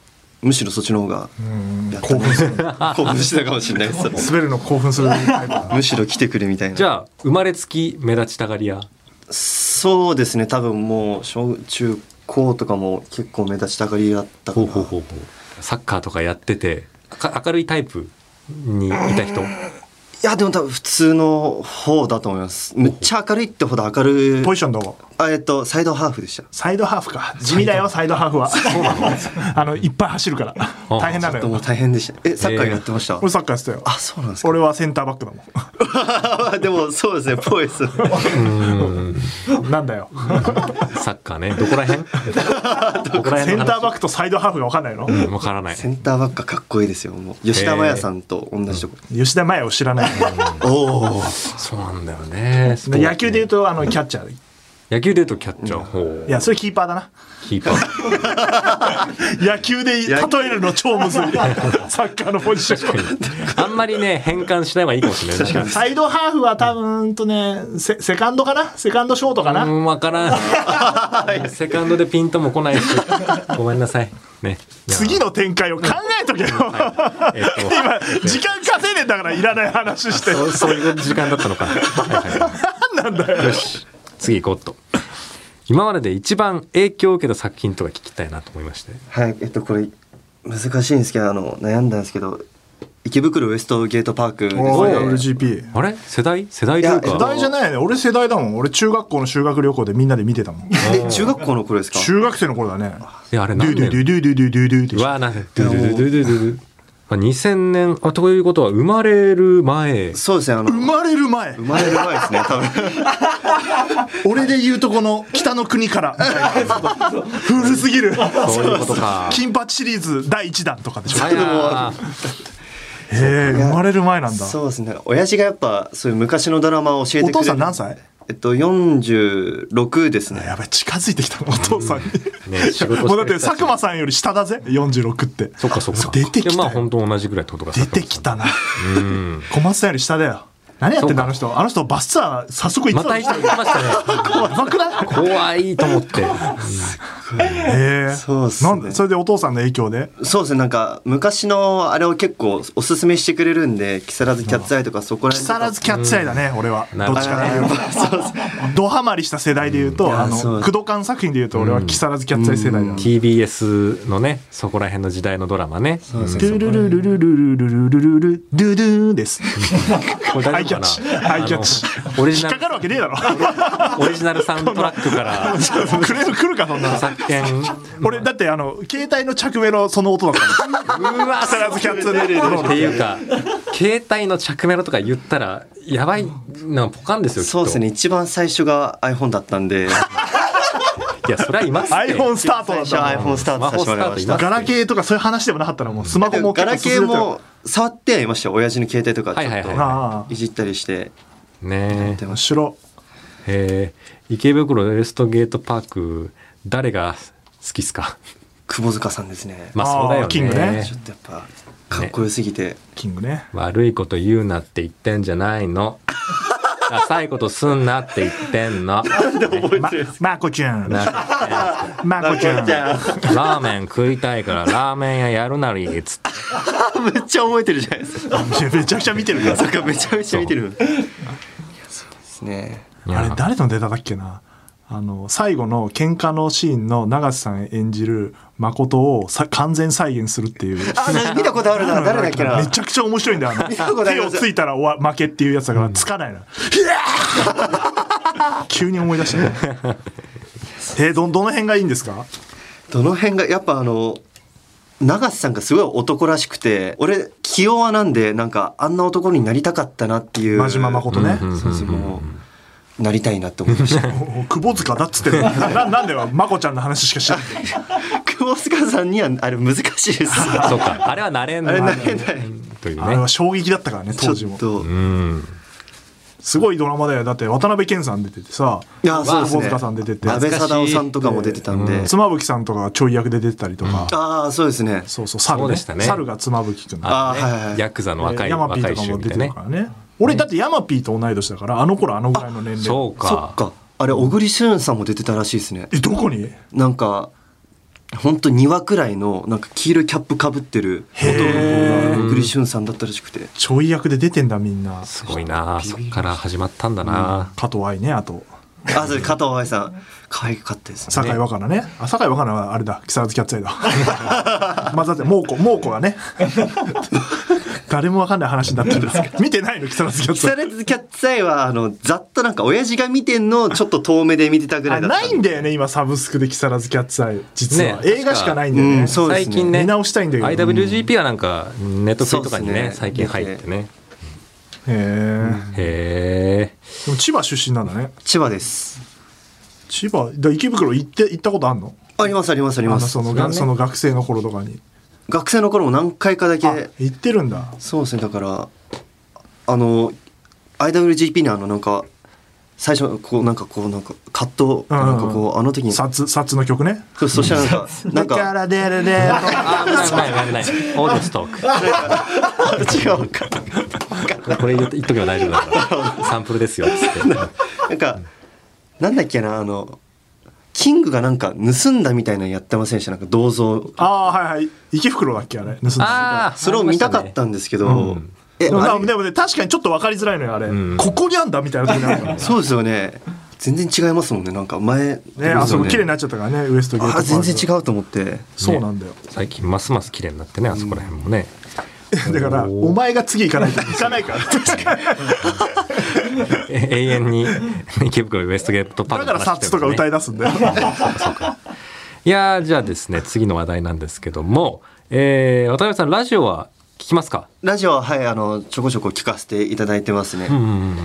むしろそっちの [LAUGHS] 方がうんやった興奮する興奮してたかもしれないです滑るの興奮するタイプだむしろ来てくれみたいなじゃあ生まれつき目立ちたがり屋そうですね多分もう小中高とかも結構目立ちたがり屋だったからほうほうほうほうサッカーとかやっててか明るいタイプにいた人いやでも多分普通の方だと思いますむっちゃ明るいってほど明るいポジションどこあえっとサイドハーフでしたサイドハーフか地味だよサイドハーフはあのいっぱい走るから大変なのでもよう大変でしたえサッカーやってました、俺サッカーやってたよあそうなんですか俺はセンターバックだもん [LAUGHS] でもそうですねぽいです [LAUGHS] なんだよ。サッカーねどこら辺 [LAUGHS] どこらセ辺ンのター話バックとサイドハーフが分かんないの、うんわからないセンターバックはかっこいいですよもう吉田麻也さんと同じとこ、吉田麻也を知らない。おおそうなんだよねスポーツね野球で言うと、あの、キャッチャー。い野球で言うとキャッチャーほうや、それキーパーだな。キーパー野球で例えるの超むずい。サッカーのポジション。 [LAUGHS] あんまりね変換しない方がいいかもしれないねサイドハーフは多分とね、セセカンドかなセカンドショートかな、うんわ [LAUGHS] からんセカンドでピントも来ないしごめんなさいね次の展開を考えとけよ。えっと今、時間稼いでんだからいらない話して。そうそういう時間だったのか。はいはい、なんだよ。よし、次行こうっと。今までで一番影響を受けた作品とか聞きたいなと思いまして。はいえっとこれ難しいんですけどあの悩んだんですけど池袋ウエストゲートパークですねおー LGP あれ世代世代というい世やか代じゃないよね俺世代だもん俺中学校の修学旅行でみんなで見てたもんえ中学校の頃ですか中学生の頃だねえあれドゥ何ドゥ年ドゥドゥドゥドゥドゥってうわなんでドゥドゥドゥドゥドゥドゥあ2000年あということは生まれる前そうですねあの生まれる前生まれる前ですね多 [LAUGHS] 分俺で言うとこの北の国からみたいな古すぎるそういうことか金八シリーズ第1弾とかでしょあへやーえ生まれる前なんだそうですね親父がやっぱそういう昔のドラマを教えてくれおる父さん何歳えっと46ですねやばい近づいてきたのお父さんにね仕事してる人たちもうだって佐久間さんより下だぜ46ってそっかそっか出てきたいよやまあ本当同じぐらいってことか出てきたなうん小松さんより下だよ何やってんだあの人あの人バスツアー早速行っまてたたの行ってきましたね怖い怖く [LAUGHS] ない怖いと思ってへえそうっすねなんでそれでお父さんの影響でそうですねなんか昔のあれを結構おすすめしてくれるんで木更津キャッツアイとかそこら木辺と更か津キャッチアイだね、俺はなどるほどっちかというとドハマりした世代でいうと、んあいやそのう工藤館作品でいうと俺は木更津キャッチアイ世代だ、うん TBS のねそこら辺の時代のドラマねそうですルねルルルルルルルルルルルドゥドゥーンです。これアイ大キャッ丈夫かチ。なアイキャッチあ。のオリジ引ナっルかかるわけねえだろ。オリジナルサウンドトラック [LAUGHS] からクレーム来るかそんなの。作権俺だってあの携帯の着メロその音だったの。うわ木更津キャッチアイっていうか携帯の着メロとか言ったらやばいなポカンですよきっとそうですね一番最初が iPhone だったん [LAUGHS] でいやそれはいますって iPhone スタートだっ最初たのは iPhone スタートさせてもらスマホスタいましートいまたガラケーとかそういう話でもなかったらもうスマホもガラケー結構進んでも触ってはいましたよ親父の携帯とかはいはいちはいょったよあといじったりしてねあ。白。ええ池袋ウエストゲートパーク誰が好きっすか久保塚さんですねまあそうだよあーキングねねちょっとやっぱかっこよすぎて、キングね。悪いこと言うなって言ってんじゃないの [LAUGHS] ダサいことすんなって言ってんのまマーコちゃん。なんマかーコちゃん。ラーメン食いたいからラーメン屋やるなりっつってめっちゃ覚えてるじゃないですかいやめちゃくちゃ見てるから。そっかめちゃめちゃ見てるそうですねあれ誰の出ただっけなあの最後の喧嘩のシーンの永瀬さん演じる誠をさ完全再現するっていうあなんか見たことあるな誰だっけなめちゃくちゃ面白いんだよあたこのとあり手まをすついたら終わ負けっていうやつだからつかないな、いやー急に思い出したねえどどの辺がいいんですかどの辺がやっぱあの永瀬さんがすごい男らしくて俺気弱なんでなんかあんな男になりたかったなっていう真島誠ね、うんそうですもうなりたいなって思いましたおお窪塚だっつってるななんではまこちゃんの話しかしない久保塚さんにはあれ難しいですあそうかあれは慣れんれのなれないというあれはね衝撃だったからねちょ当時っもとうんすごいドラマだよだって渡辺謙さん出ててさいやそうです窪ね塚さん出てて安倍貞夫さんとかも出てたんで、妻夫木さんとかがちょい役で出てたりとか、ああそうですねそうそう猿ねそうでしたね猿が妻夫木君あねはいはいはいヤクザの若いヤマピー若いとか衆もみ出たいてなるねからね俺だってヤマピーと同い年だからあの頃あのぐらいの年齢そうそかっかあれ小栗旬さんも出てたらしいですねえどこになんかほんと2話くらいのなんか黄色いキャップかぶってる男の子が小栗旬さんだったらしくてちょい役で出てんだみんなすごいなそっから始まったんだな加藤愛ねあとあそれ加藤愛さん可愛かったですね酒井若菜ねあ酒井若菜はあれだ木更津キャッツアイだまあだって [LAUGHS] 猛虎猛虎がね [LAUGHS] 誰もわかんない話になってるんですけど見てないの木更津キャッ木ツア [LAUGHS] イ更津キャッツアイはあのざっとなんか親父が見てんのをちょっと遠目で見てたぐらあいだったないんだよね今サブスクで木更津キャッツアイ実は、ね映画しかないんだよね、うんそうですね最近ね見直したいんだけど IWGP はなんかネットフリとかにそうねっすね最近入ってねへえ、へえでも千葉出身なんだね千葉です千葉だ池袋行って行ったことあんのありますありますありあのますそのそれはがねその学生の頃とかに学生の頃も何回かだあけ行ってるんだそうですねだからあの IWGP にあのなんか最初こうなんかこうなんかカットうんなんかこうあの時にそ札札の曲ねうそしたらなんかなんだかから出る [LAUGHS] ねあーないないないないオーディオスト [LAUGHS] ー違うかクこれ言っと言っとけば大丈夫だからサンプルですよっつ [LAUGHS] って [LAUGHS] なんかなんだっけなあのキングがなんか盗んだみたいなのやってませんでしたなんか銅像ああーはいはい池袋だっけあれ盗んだああそれを見たかったんですけど、えでもあなれでもね確かにちょっと分かりづらいのよあれ、うんここにあんだみたいな時にあるからそうですよね全然違いますもんねなんか前ね、あそこ綺麗になっちゃったからね、ウエストゲートパーあク。全然違うと思ってそうなんだよ。最近ますます綺麗になってねあそこら辺もね、だから、お前が次行かないと行かないから。 [LAUGHS] え永遠に池袋ウエストゲートパだークかのら、話サッツとか歌いい出すんだよ。いやーじゃあですね次の話題なんですけども、えー、渡辺さんラジオは聞きますか、ラジオははいあのちょこちょこ聞かせていただいてますね、うんうんうん、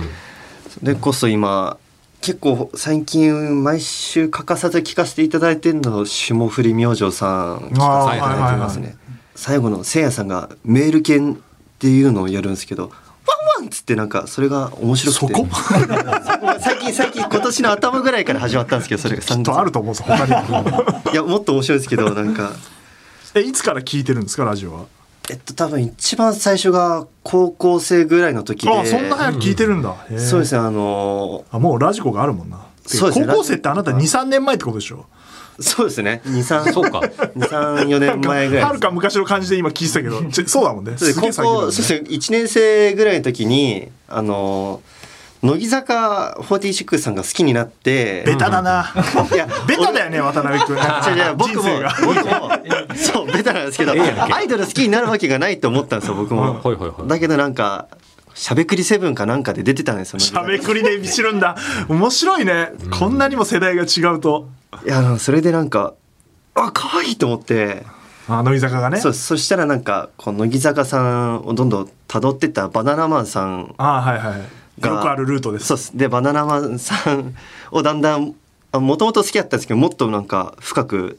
でこそ今結構最近毎週欠かさず聞かせていただいてるの霜降り明星さん聞かせていただいてますね、あ最後のせいやさんがメール犬っていうのをやるんですけどワンワンっつってなんかそれが面白くてそこ [LAUGHS] 最近最近今年の頭ぐらいから始まったんですけどそれがきっとあると思うぞ、他に [LAUGHS] も。いやもっと面白いですけどなんかえ、いつから聞いてるんですか、ラジオは。えっと多分一番最初が高校生ぐらいの時であ、そんな早く聞いてるんだ。へーそうですねあのあ、もうラジコがあるもんな。てそうかですね高校生ってあなた2、ラジコ3年前ってことでしょ。そうですね23そうか234年前ぐらいはるか昔の感じで今聞いてたけ [LAUGHS] ど、ちそうだもんね。そうですすげえ高最近だもんね校そうですね1年生ぐらいの時にあの乃木坂46さんが好きになってベタだ [LAUGHS] な。いやベタだよね、渡辺君。違う違う僕も人生が僕もそうベタなんですけどええやんけアイドル好きになるわけがないと思ったんですよ僕も、はいはいはいだけどなんかしゃべくりセブンかなんかで出てたんですよしゃべくりで見知るんだ。面白いね。こんなにも世代が違うと。いやあのそれでなんかあ可愛いと思ってあ、乃木坂がね。そうそしたらなんかこう乃木坂さんをどんどん辿ってったバナナマンさんあはいはい。よくがあるルートですそう。ですでバナナマンさんをだんだんもともと好きだったんですけどもっとなんか深く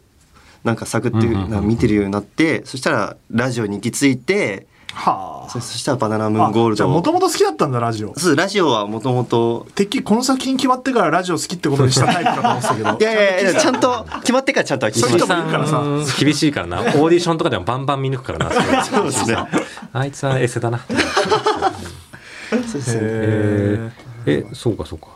なんか探ってうんうんうんうんなんか見てるようになってそしたらラジオに行き着いてはそあ。そしたら「バナナムーンゴールじゃドあ、を」もともと好きだったんだ、ラジオ。そうラジオはもともとてっきりこの作品決まってからラジオ好きってことにしたタイプかと思ってたけど [LAUGHS] い。やいやいやちゃんと決まってからちゃんとは聞そきうまいうし人たもいるからさ。うん厳しいからなオーディションとかでもバンバン見抜くからなそれ [LAUGHS] そうですねあいつはエセだなそうですねへえええそうかそうか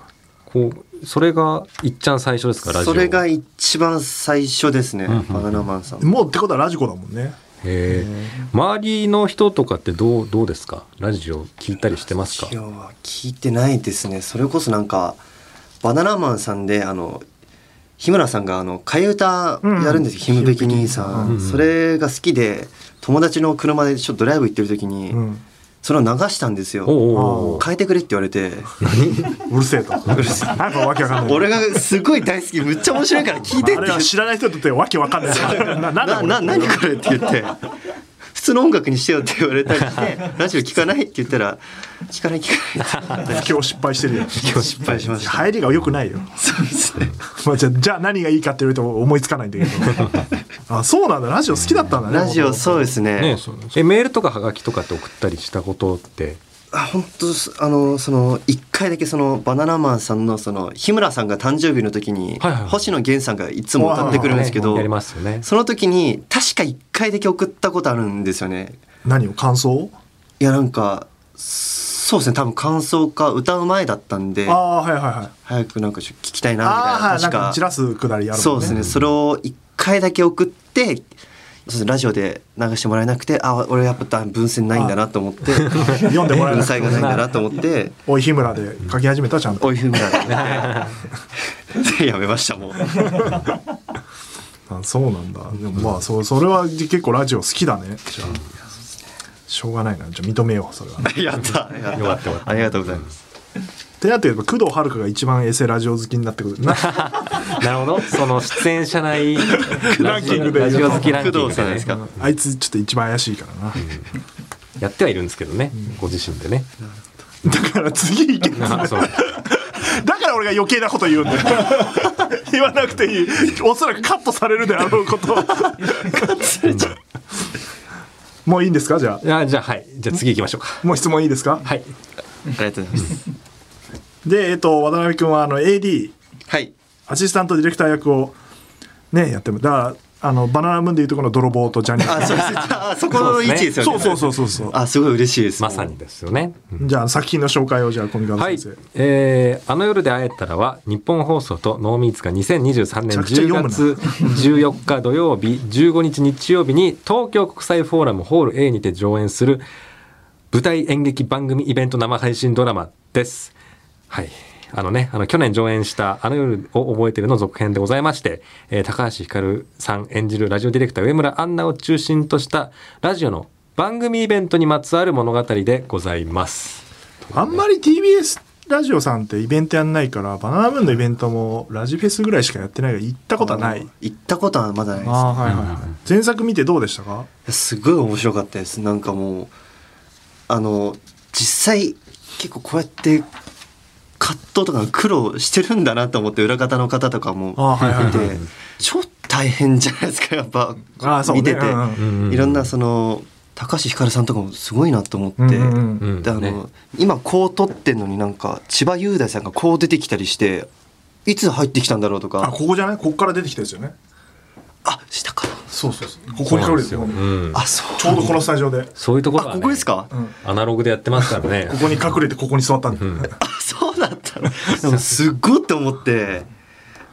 こうそれがいっちゃん最初ですかラジオそれが一番最初ですねんうんバナナマンさんもうってことはラジコだもんね。え周りの人とかってどうどうですかラジオ聞いたりしてますかラジオは聞いてないですねそれこそなんかバナナマンさんであの日村さんがあの替え歌やるんですよ、うんヒムべき兄さん、うんそれが好きで友達の車でちょっとドライブ行ってる時に、うん。それを流したんですおうよおうおう変えてくれって言われてうるせえ [LAUGHS] と。なんかわけわかんない。俺がすごい大好きむっちゃ面白いから聞いてっあてれ言は知らない人にとってわけわかんない。 [LAUGHS] な、なんだなこれな何これって言って普通の音楽にしてよって言われたりしてラジオ聞かないって言ったら聞かない聞かないって今日失敗してるよ。今日失敗しました入りが良くないよ。そうですねまあ、じゃあじゃあ何がいいかって言われても思いつかないん [LAUGHS] だけどあそうなんだラジオ好きだったんだねラジオそうですねえメールとかハガキとかって送ったりしたことってあ本当すあのその一回だけそのバナナマンさんのその日村さんが誕生日の時に、はいはいはい星野源さんがいつも歌ってくるんですけど、やりますよねその時に確か一回だけ送ったことあるんですよね何を感想いやなんかそうですね多分感想か歌う前だったんでああはいはいはい早くなんかちょっと聞きたいなああーなんみたいなか確散からすくだりあるもんねそうですねそれを一回だけ送ってそうですねラジオで流してもらえなくてあ俺やっぱ文献ないんだなと思って [LAUGHS] 読んでもらえ文なく才がないんだなと思って。おい日村で書き始めたちゃんとおいふうな [LAUGHS] やめました [LAUGHS] もうあそうなんだでもまあそそれは結構ラジオ好きだねじゃあしょうがないなじゃあ認めようそれはやったやったよかったよかったありがとうございますってなって言えば工藤遥が一番衛星ラジオ好きになってくるななるほどその出演者内 [LAUGHS] ランキングでラジオ好きランキン工グ藤さんでですすかかあいつちょっと一番怪しいからなやってはいるんですけどねご自身 [LAUGHS] でねだから次行けるあそうだから俺が余計なこと言うんだよ [LAUGHS] 言わなくていいおそらくカットされるであろうことをもういいんですかじゃああじゃあはいじゃあ次行きましょうかもう質問いいですかはいありがとうございますでえっと渡辺君はあの AD はいアシスタントディレクター役をねやってもだからあのバナナムーンでいうとこの泥棒とジャニーあそうですあそこの位置ですよねそうそうそうそうそうあすごい嬉しいですまさにですよねうんじゃあ作品の紹介をじゃあ小見川はい先生、、えーあの夜で会えたらは日本放送とノーミーツが2023年めちゃくちゃ読10むな月14日土曜日15日日曜日に東京国際フォーラムホール A にて上演する舞台演劇番組イベント生配信ドラマです。はい、あのね、あの去年上演した「あの夜を覚えてる」の続編でございまして、えー高橋ひかるさん演じるラジオディレクター上村アンナを中心としたラジオの番組イベントにまつわる物語でございます。あんまり TBS ラジオさんってイベントやんないからバナナムーンのイベントもラジフェスぐらいしかやってないから行ったことはない行ったことはまだないですああーはいはいはい、前作見てどうでしたかすごい面白かったですなんかもうあの実際結構こうやって葛藤とか苦労してるんだなと思って裏方の方とかもあーはいはいはい見て超大変じゃないですかやっぱあーそうね見ててうんうんういろんなその高橋ひかるさんとかもすごいなと思って。うんうんうんであのね今こう撮ってんのになんか千葉雄大さんがこう出てきたりしていつ入ってきたんだろうとあかここじゃないここから出てきたですよねあ下からそうそうそうこそこうにな来んるでですすよ、ようんあそうちょうどこのスタジオで、そういうところは、あね、ここですか、うんアナログでやってますからね [LAUGHS] ここに隠れてここに座ったんで、あ [LAUGHS] そうだったのでもすっごいって思って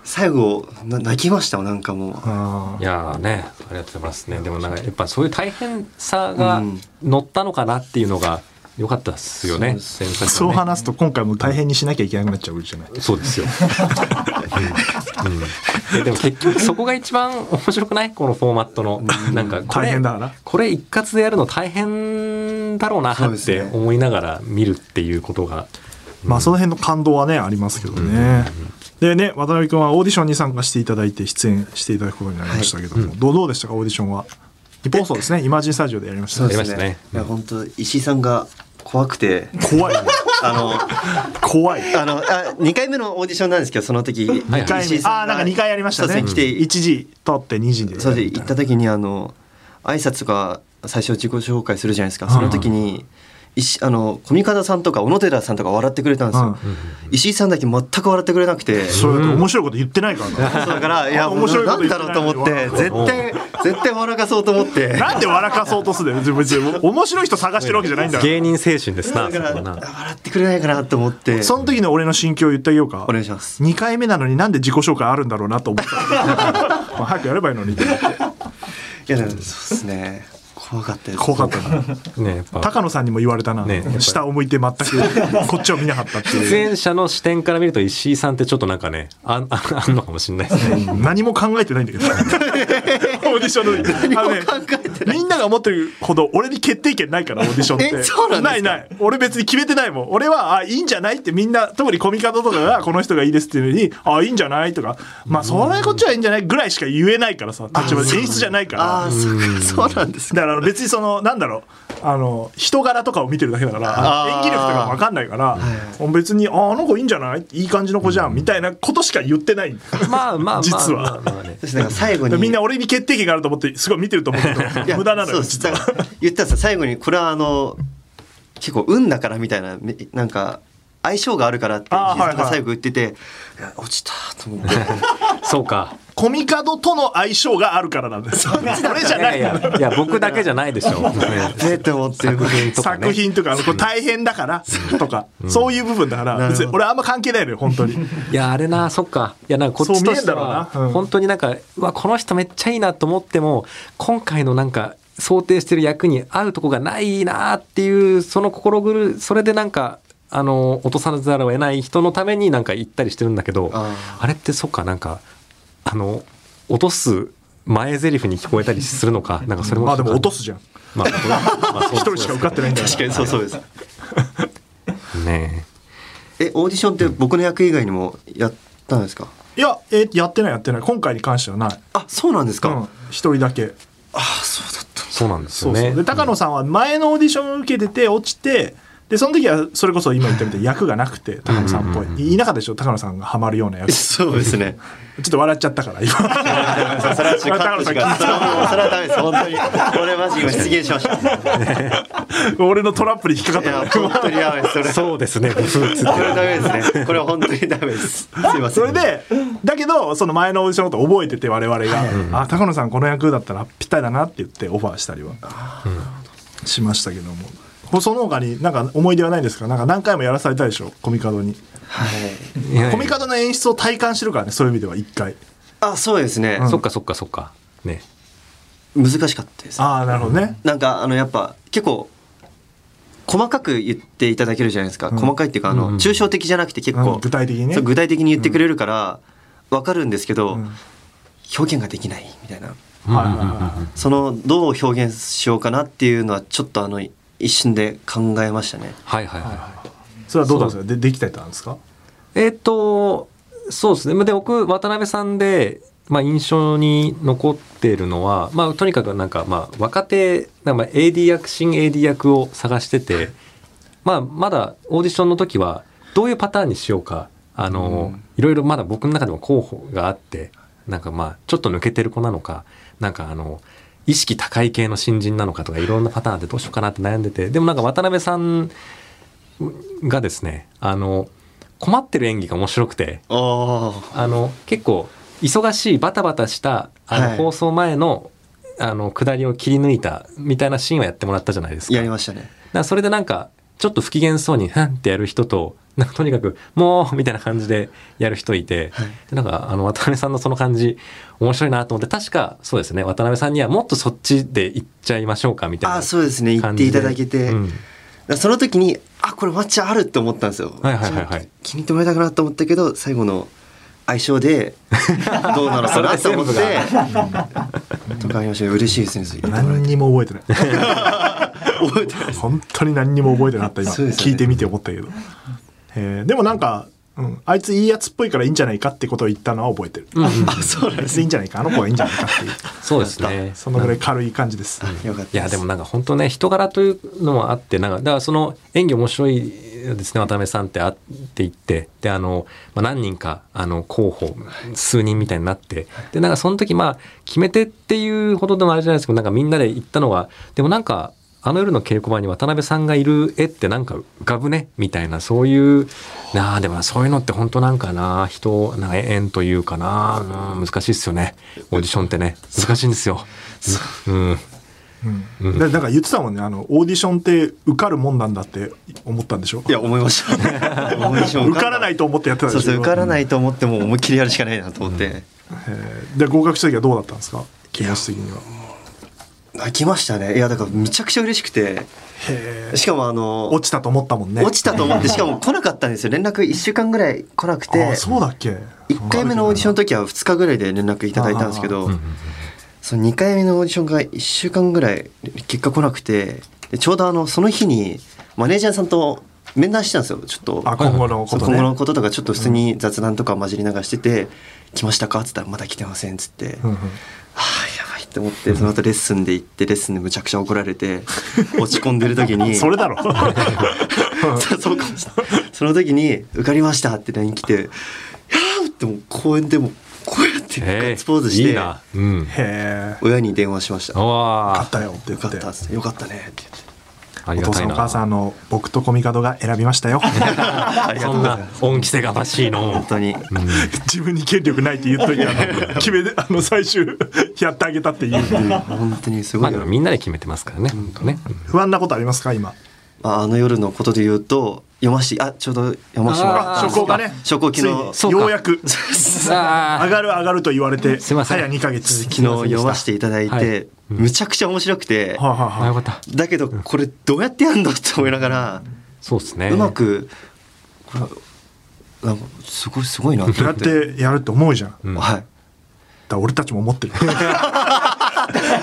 最後な泣きましたもんなんかもうあーいやーねありがとうございますねでもなんかやっぱそういう大変さがうん乗ったのかなっていうのが良かったっすよねそ前作はねそう話すと今回も大変にしなきゃいけなくなっちゃうじゃないそうです [LAUGHS] よ、うんうんえでも結局そこが一番面白くないこのフォーマットのなんかこれ大変だなこれ一括でやるの大変だろうなそうでっすてね思いながら見るっていうことがまあその辺の感動はねありますけどね。でね渡辺君はオーディションに参加していただいて出演していただくことになりましたけども、どうどうでしたかオーディションは。日本放送ですねイマジンスタジオでやりましたそうね。でやりますしたねねいや本当石井さんが怖く [LAUGHS] て怖いあの怖い。あのあ2回目のオーディションなんですけどその時はい二回目ああーなんか二回やりましたそうね。です来来てて一時取って二時で。そうです行った時にあの挨拶とか最初自己紹介するじゃないですかその時に石あの小方さんとか小野寺さんとか笑ってくれたんですよ、石井さんだけ全く笑ってくれなく [LAUGHS] てそれだと面白いこと言ってないからな。そうだからいや面面白白いいこなと言んってだないろうと思って絶対絶対笑かそうと思ってなんで笑かそうとするの別に別に面白い人探してるわけじゃないんだから。芸人精神ですなだそかこはらな笑ってくれないかなと思ってその時の俺の心境を言ってあげようか。お願いします2回目なのになんで自己紹介あるんだろうなと思っ [LAUGHS] た。まあ早くやればいいのにって思って。いやでもそうですね怖かったです怖かったな。ねやっぱ高野さんにも言われたな、ねやっぱり下を向いて全 [LAUGHS] くこっちを見なかったって出いう演者の視点から見ると石井さんってちょっとなんかねあ [LAUGHS] んああんのかもしれないですね何も考えてないん [LAUGHS] だけどオーディションの時あのねみんなが思ってるほど俺に決定権ないからオーディションってえそうなんですかいない俺別に決めてないもん俺はあいいんじゃないってみんな特にコミカドとかがこの人がいいですっていうのにあいいんじゃないとかまあそれこっちはいいんじゃないぐらいしか言えないからさ立場で演出じゃないからああそうかそうなんですねだから別にそのなんだろうあの人柄とかを見てるだけだからあー演技力とか分かんないから別に「ああの子いいんじゃないいい感じの子じゃん」みたいなことしか言って [LAUGHS] ない [LAUGHS] まあまあまあ実まあはまあねそしてなんか最後にみんな俺に決定権があると思ってすごい見てると思うけ [LAUGHS] いどや無駄なのそようです実はだから言ったんですよ最後にこれはあの結構運だからみたいなめなんか相性があるからってあー石井さはんいはがい最後言ってて、いや落ちたと思ってそう [LAUGHS] かコミカドとの相性があるからなんです俺じゃないいやいやいや僕だけじゃないでしょ、 [LAUGHS] ね、えっと思って作品とかね作品とかあのこれ大変だからとかそういう部分だから別に俺あんま関係ないのよ本当 [LAUGHS] にいやあれなそっかいやなんかこっちとしてはそう見えんだろうなうん本当になんかうわこの人めっちゃいいなと思っても今回のなんか想定してる役に合うとこがないなっていうその心苦それでなんかあの落とさざるを得ない人のためになんか言ったりしてるんだけどああれってそっかなんかあの落とす前台詞に聞こえたりする [LAUGHS] のかなんかそれもまあでも落とすじゃんまあこれまあそう一人しか受かってないんだか確かにそうそうですねえオーディションって僕の役以外にもやったんですからいやえやってないやってない今回に関してはないあそうなんですか、うん一人だけそうなんですそようそうねで高野さんは前のオーディションを受けてて落ちてでその時はそれこそ今言ったみたいに役がなくて高野さんっぽいいなかったでしょ高野さんがハマるような役ちそうですねょっと笑っちゃったから今 [LAUGHS] それはちょっとカットしますそれはそれはダメです本当に俺マジ今失言しましたい俺のトラップに引っかかったやから本当にやばい [LAUGHS] ですそれそうですねブーツこれダメですねこれは本当にダメですすいませんそれでだけどその前のオーディションのこと覚えてて我々が「あ高野さんこの役だったらぴったりだな」って言ってオファーしたりはしましたけどもその他になんか思い出はないですかなんか何回もやらされたでしょコミカドにはいいやいやコミカドの演出を体感してるからねそういう意味では一回あそうですね、そっかそっかそっかね難しかったですああなるほどねなんかあのやっぱ結構細かく言っていただけるじゃないですか、細かいっていうかあうの、んうん抽象的じゃなくて結構、うん具体的にねそう具体的に言ってくれるから分かるんですけど、うん表現ができないみたいなはいはいはいうんそのどう表現しようかなっていうのはちょっとあの一瞬で考えましたね。はいはいはい。それはどうなんですかでできたりなんですかえっと、そうですね。まあで、僕、渡辺さんで、まあ、印象に残っているのは、まあ、とにかくなんか、まあ、若手、なんかまあ AD 役、新 AD 役を探してて、まあ、まだオーディションの時は、どういうパターンにしようか、あの、いろいろまだ僕の中でも候補があって、なんかまあ、ちょっと抜けてる子なのか、なんかあの、意識高い系の新人なのかとか、いろんなパターンでどうしようかなって悩んでて、でもなんか渡辺さんがですね、あの、困ってる演技が面白くて、ああの結構忙しいバタバタしたあの、はい放送前のあの下りを切り抜いたみたいなシーンはやってもらったじゃないですあか。やりましたね。だからそれでなんかちょっと不機嫌そうに「ふん」ってやる人となんかとにかく「もう」みた [LAUGHS] いな感じでやる人いて、はいでなんかあの渡辺さんのその感じ面白いなと思って確かそうですね渡辺さんにはもっとそっちで行っちゃいましょうかみたいなあ感じで。そうですね言っていただけて、うんその時にあこれ抹茶あるって思ったんですよ。はいはいはいはい気に入ってもらえたかなと思ったけど最後の相 [LAUGHS] 性でどうなのかなと思ってそれで [LAUGHS] とかありましたね嬉しいですね。そう言ってもらえ何にも覚 [LAUGHS] えてないて覚えてないです。本当に何にも覚えてなかった今、そうですよね聞いてみて思ったけど、えーでもなんか、うん、あいついいやつっぽいからいいんじゃないかってことを言ったのは覚えてる、うんうんあそうなんで別すにいいんじゃないかあの子はいいんじゃないかって [LAUGHS] いうそうですね。そのぐらい軽い感じです、ね。よかったすいやでもなんか本当ね人柄というのもあってなんかだからその演技面白いですね渡辺さんってあっていってであの、まあ、何人かあの候補数人みたいになってでなんかその時まあ決めてっていうほどでもあれじゃないですけどなんかみんなで行ったのはでもなんかあの夜の稽古場に渡辺さんがいる絵ってなんか浮かぶねみたいなそういうなあでもそういうのって本当なんかな人なんか縁というかなうん難しいですよねオーディションってね難しいんですよ。うんうん、だなんか言ってたもんねあのオーディションって受かるもんなんだって思ったんでしょいや思いまし [LAUGHS] た思いました受からないと思ってやってたでしそょ、うそう受からないいと思っても思いっきりやるしかないなと思って、えーで合格した時はどうだったんですか気持ち的には泣きましたねいやだからめちゃくちゃ嬉しくてへーしかもあの落ちたと思ったもんね落ちた [LAUGHS] と思ってしかも来なかったんですよ連絡1週間ぐらい来なくあてーそうだっけ1回目のオーディションの時は2日ぐらいで連絡いただいたんですけどその2回目のオーディションが1週間ぐらい結果来なくてでちょうどあのその日にマネージャーさんと面談してたんですよちょっとあ今後のこそうとね今後のこととかちょっと普通に雑談とか混じりながらしてて「来ましたか?」っつったら「まだ来てません」っつってうんうんはあやばいって思ってその後レッスンで行ってレッスンでむちゃくちゃ怒られて [LAUGHS] 落ち込んでる時 [LAUGHS] にそれだろそ [LAUGHS] そうかもしれないその時に「受かりました」って LINE 来て「やー!」ってもう公園でもこうやってガえッツポーズしいいてな。うん。へえ親に電話しました「よああったよって言っかってた」っつって「よかったね」ってあおりが父たさいんお母な。さんあの僕とコミカドが選びました [LAUGHS] よ言ってありがそとうんございなます恩着せがましいの本。当に自分に権力ないって言っといてあの決めてあの最終やってあげたっていう本当にすまごあいでよもみんなで決めてますからね。本当ね。不安なことありますか今まああの夜のことで言うと読ましてあちょうど読ましてもらったんです初け稿どがね初稿昨日ついにようやく上あがる上がると言われてすいません早2ヶ月昨日読ませていただいて、はいむちゃくちゃ面白くて、はあはああ。はよあかった。だけどこれどうやってやるんだって思いながら、そうですね。うま。くこれなんかすごいすごいなってどう思やっっててやるって思うじゃんだかうんはい [LAUGHS] ら俺たちも思ってる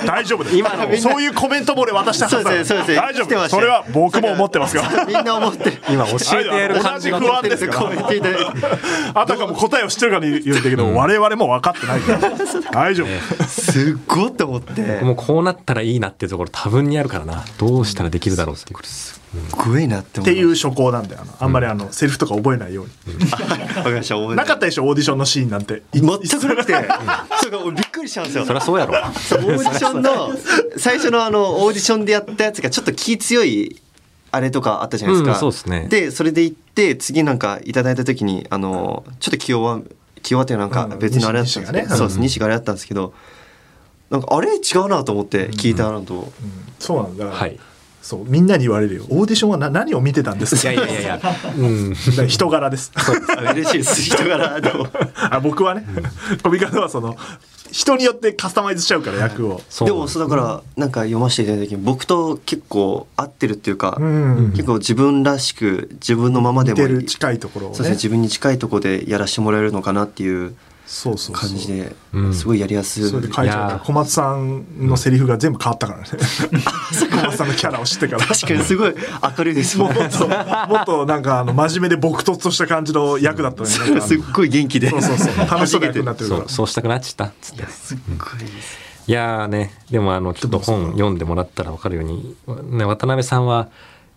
大丈夫だよ今のそういうコメントも俺渡したはずだよそうですねそうですね大丈来て夫ましそたよれは僕も思ってますからみんな思ってる今教えてやる感じの同じ不安ですかコメントいただいてあたかも答えを知ってるかに言うんだけど、我々も分かってないから大丈夫、すっごいって思ってもうこうなったらいいなっていうところ多分にあるからな。どうしたらできるだろうっていう。すごいなってっ思ていうう初稿なんだよあのあんまりあのセリフとか覚えないように、わかりました覚えてなかったでしょオーディションのシーンなんて全くなくてそうか俺びっくりしたんですよそりゃそうやろ。そうオーディションの最初のあのオーディションでやったやつがちょっと気強いあれとかあったじゃないですか、うんそうっすねでそれで行って次なんかいただいた時にあのちょっと気弱気弱っていうのはなんうかん別のあれだったんで西西がすけど、ねそうです西があれだったんですけどなんかあれ違うなと思って聞いたのと、うんそうなんだ、はい。そうみんなに言われるよオーディションはな [LAUGHS] 何を見てたんですいやかいやいやいや、うん、 [LAUGHS] 人柄です嬉しいです人柄でもあ僕はね、飛び方はその人によってカスタマイズしちゃうから役を、 [LAUGHS] そうでもそうだからなんか読ませていただいた時に僕と結構合ってるっていうか、うん結構自分らしく自分のままで似もているい近いところをねそうですね自分に近いところでやらせてもらえるのかなっていうそうそうそう感じでうんすごいやりやすい、それで会長いやがー小松さんのセリフが全部変わった [LAUGHS] からね小松さんのキャラを知ってから確かにすごい明るいですもんもっともっとなんかあの真面目で朴突とした感じの役だったのになんかあの [LAUGHS] すっごい元気でそうそうそう楽しそうな役になってるかそらうそうしたくなっちゃったっつってすっごいですいやーねでもあのちょっと本読んでもらったら分かるように、ね、渡辺さんは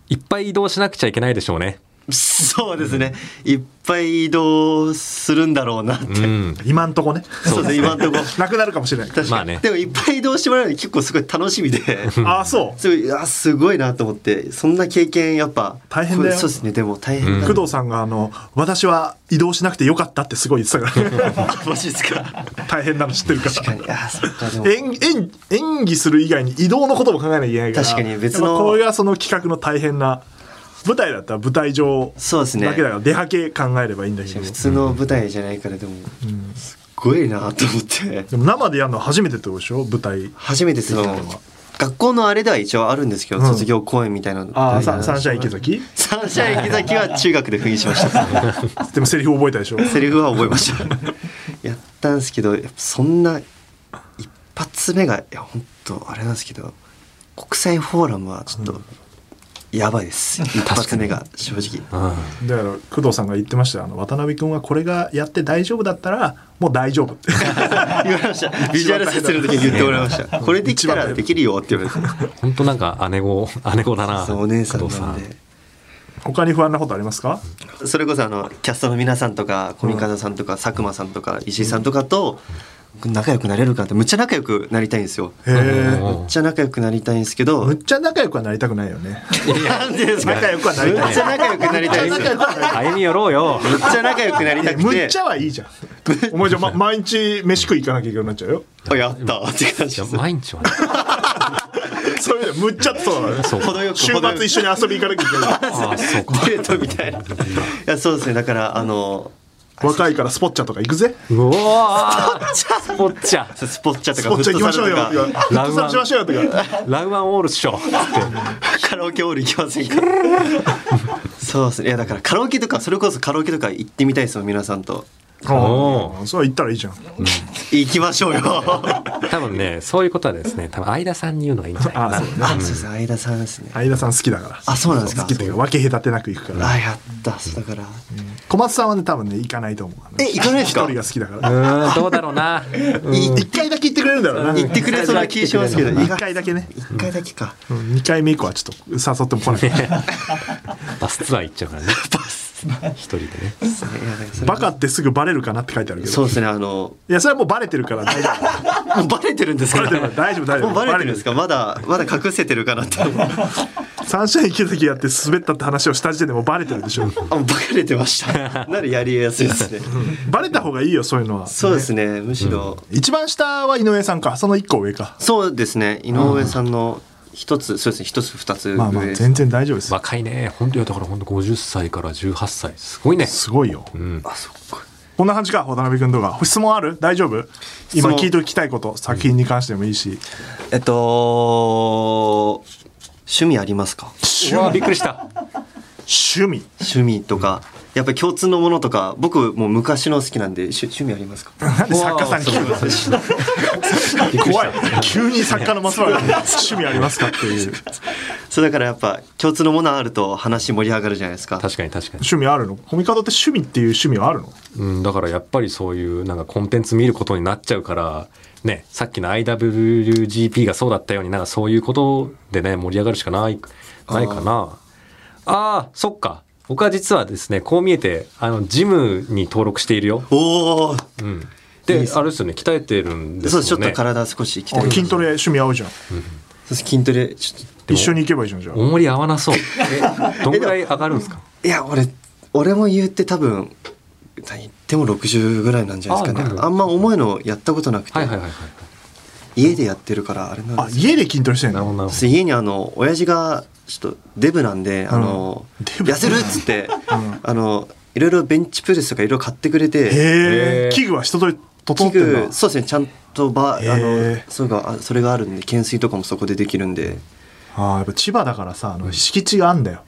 いっぱい移動しなくちゃいけないでしょうね。そうですねいっぱい移動するんだろうなって、うん、今んとこねそうですね今んとこなくなるかもしれない確かに、まあねでもいっぱい移動してもらうのに結構すごい楽しみでああそうすごいあすごいなと思ってそんな経験やっぱ大変だよそうですねでも大変だ、工藤さんがあの「私は移動しなくてよかった」ってすごい言ってたからねあ [LAUGHS] マジですか大変なの知ってるか確からにあそっかでも演演演技する以外に移動のことも考えなきゃいけないから確かに別のやっぱこれがその企画の大変な舞台だったら舞台上そうですねだけだから出はけ考えればいいんだけど普通の舞台じゃないからでも、すっごいなと思ってでも生でやるのは初めてってことでしょ舞台初めてそのできたのは学校のあれでは一応あるんですけど、うん卒業公演みたいなのああサンサンシャイン池崎サンシャイン池崎は中学で封印しましたでもセリフ覚えたでしょセリフは覚えましたやったんですけどやっぱそんな一発目がいや本当あれなんですけど国際フォーラムはちょっとやばいです、一発目が正直うんだから工藤さんが言ってましたよあの渡辺君はこれがやって大丈夫だったらもう大丈夫って言われましたビジュアル撮影の時に言ってもらいましたこれできたらできるよって言われてほんとなんか姉子姉子だなそうお姉さん工藤なんで。他に不安なことありますかそれこそあのキャストの皆さんとか小見風さんとか佐久間さんとか石井さんとかと仲良くなれるかってむっちゃ仲良くなりたいんですよ。へえうんむっちゃ仲良くなりたいんですけどむっちゃ仲良くはなりたくないよねなんでですか仲良くはなりたいむっちゃ仲良くな [LAUGHS] りたいんですよ。歩み寄ろうよむっちゃ仲良くなりいやたくむってちゃはいいじゃんお [LAUGHS] 前じゃあ、ま、毎日飯食い行かなきゃいけなくなっちゃうよあやったって感いじやです。毎日はねそういう意味でむっちゃってそうだねそう程よく週末程よく一緒に遊び行かなきゃいけないああそうかデートみたいな。いやそうですねだからあの若いからスポッチャとか行くぜうわースポッチャスポッチャとスかポフッチャ行きットサましょうルよとかフットサルしましょうよとかラウアンオールっしょカラオケオール行きませんかそうですねいやだからカラオケとかそれこそカラオケとか行ってみたいですよ皆さんと。ああそれは行ったらいいじゃん行きましょうよ。多分ねそういうことはですね多分相田さんに言うのがいいんじゃないかあなあそうねあ、そうです、相田さんですね。相田さん好きだからあそうなんですか好きっていうか分け隔てなく行くからあ、やった、そうだから。小松さんはね多分ね行かないと思うえ行かないですか一人が好きだからうーんどうだろうな行一回だけ行ってくれるんだろうなってくれそうな気しますけど、一一回、回だけね一回だけか。うん二回目以降はちょっと誘っても来ないバスツアー行っちゃうからね一人でねそうねいやだからそれバカってすぐバレるかなって書いてあるけそどうですね、あの、いやそれはもうバレてるから大丈夫も [LAUGHS] うバレてるんですか。バレてるから大丈夫大丈夫 [LAUGHS] もうバレてるんですか、まだ、まだ隠せてるか [LAUGHS] なって。あ、サンシャイン池崎やって滑ったって話をした時点でもうバレてるでしょもうバレてました。ならやりやすいですね。バレた方がいいよそういうのはそうですね、むしろ。一番下は井上さんかその一個上かそうですね、井上さんの一つ、そうですね、一つ二つまあまあ上。全然大丈夫です若いね本当よだから本当50歳から18歳すごいねすごいようんあ、そっか。こんな感じか渡辺君とか質問ある大丈夫今聞いておきたいこと作品に関してもいいしえっと。趣味ありますか。うわびっくりした趣味趣味とか、やっぱり共通のものとか僕もう昔の好きなんで趣趣味ありますか [LAUGHS] なんで作家さんに聞くの怖い急に作家の松 [LAUGHS] 原君趣味ありますかっていう [LAUGHS] そうだからやっぱ共通のものあると話盛り上がるじゃないですか確かに確かに、趣味あるのコミカドって趣味っていう趣味はあるのうん、だからやっぱりそういうなんかコンテンツ見ることになっちゃうからねさっきの IWGP がそうだったようになんかそういうことでね盛り上がるしかないないかなあーそっか僕は実はですねこう見えてあのジムに登録しているよ、おおうん、であれですよね鍛えてるんですそようねちょっと体少し鍛えて筋トレ趣味合うじゃんそう筋トレちょっ一緒に行けばいいじゃんじゃあ重り合わな [LAUGHS] そうえどんぐらい上がるんですかといや俺俺も言って多分何言っても60ぐらいなんじゃないですかあねでもあんま重いのやったことなくて、はいはいはいはい家でやってるからあれなんあですけ家で筋トレしてんなるほのどなるどほそう家にあの親父がちょっとデブなんで、あのデブ痩せるっつって、あのいろいろベンチプレスとかいろいろ買ってくれて。へへえー器具は人と整器ってんだ具そうですねちゃんとばあへのえそうがあそれがあるんで懸垂とかもそこでできるんでああやっぱ千葉だからさあの敷地があんだよ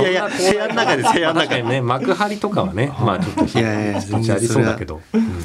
いやいや部屋の中です部屋の確中かでにね幕張とかはねまあちょっといやいや価値ありそうだけど、うん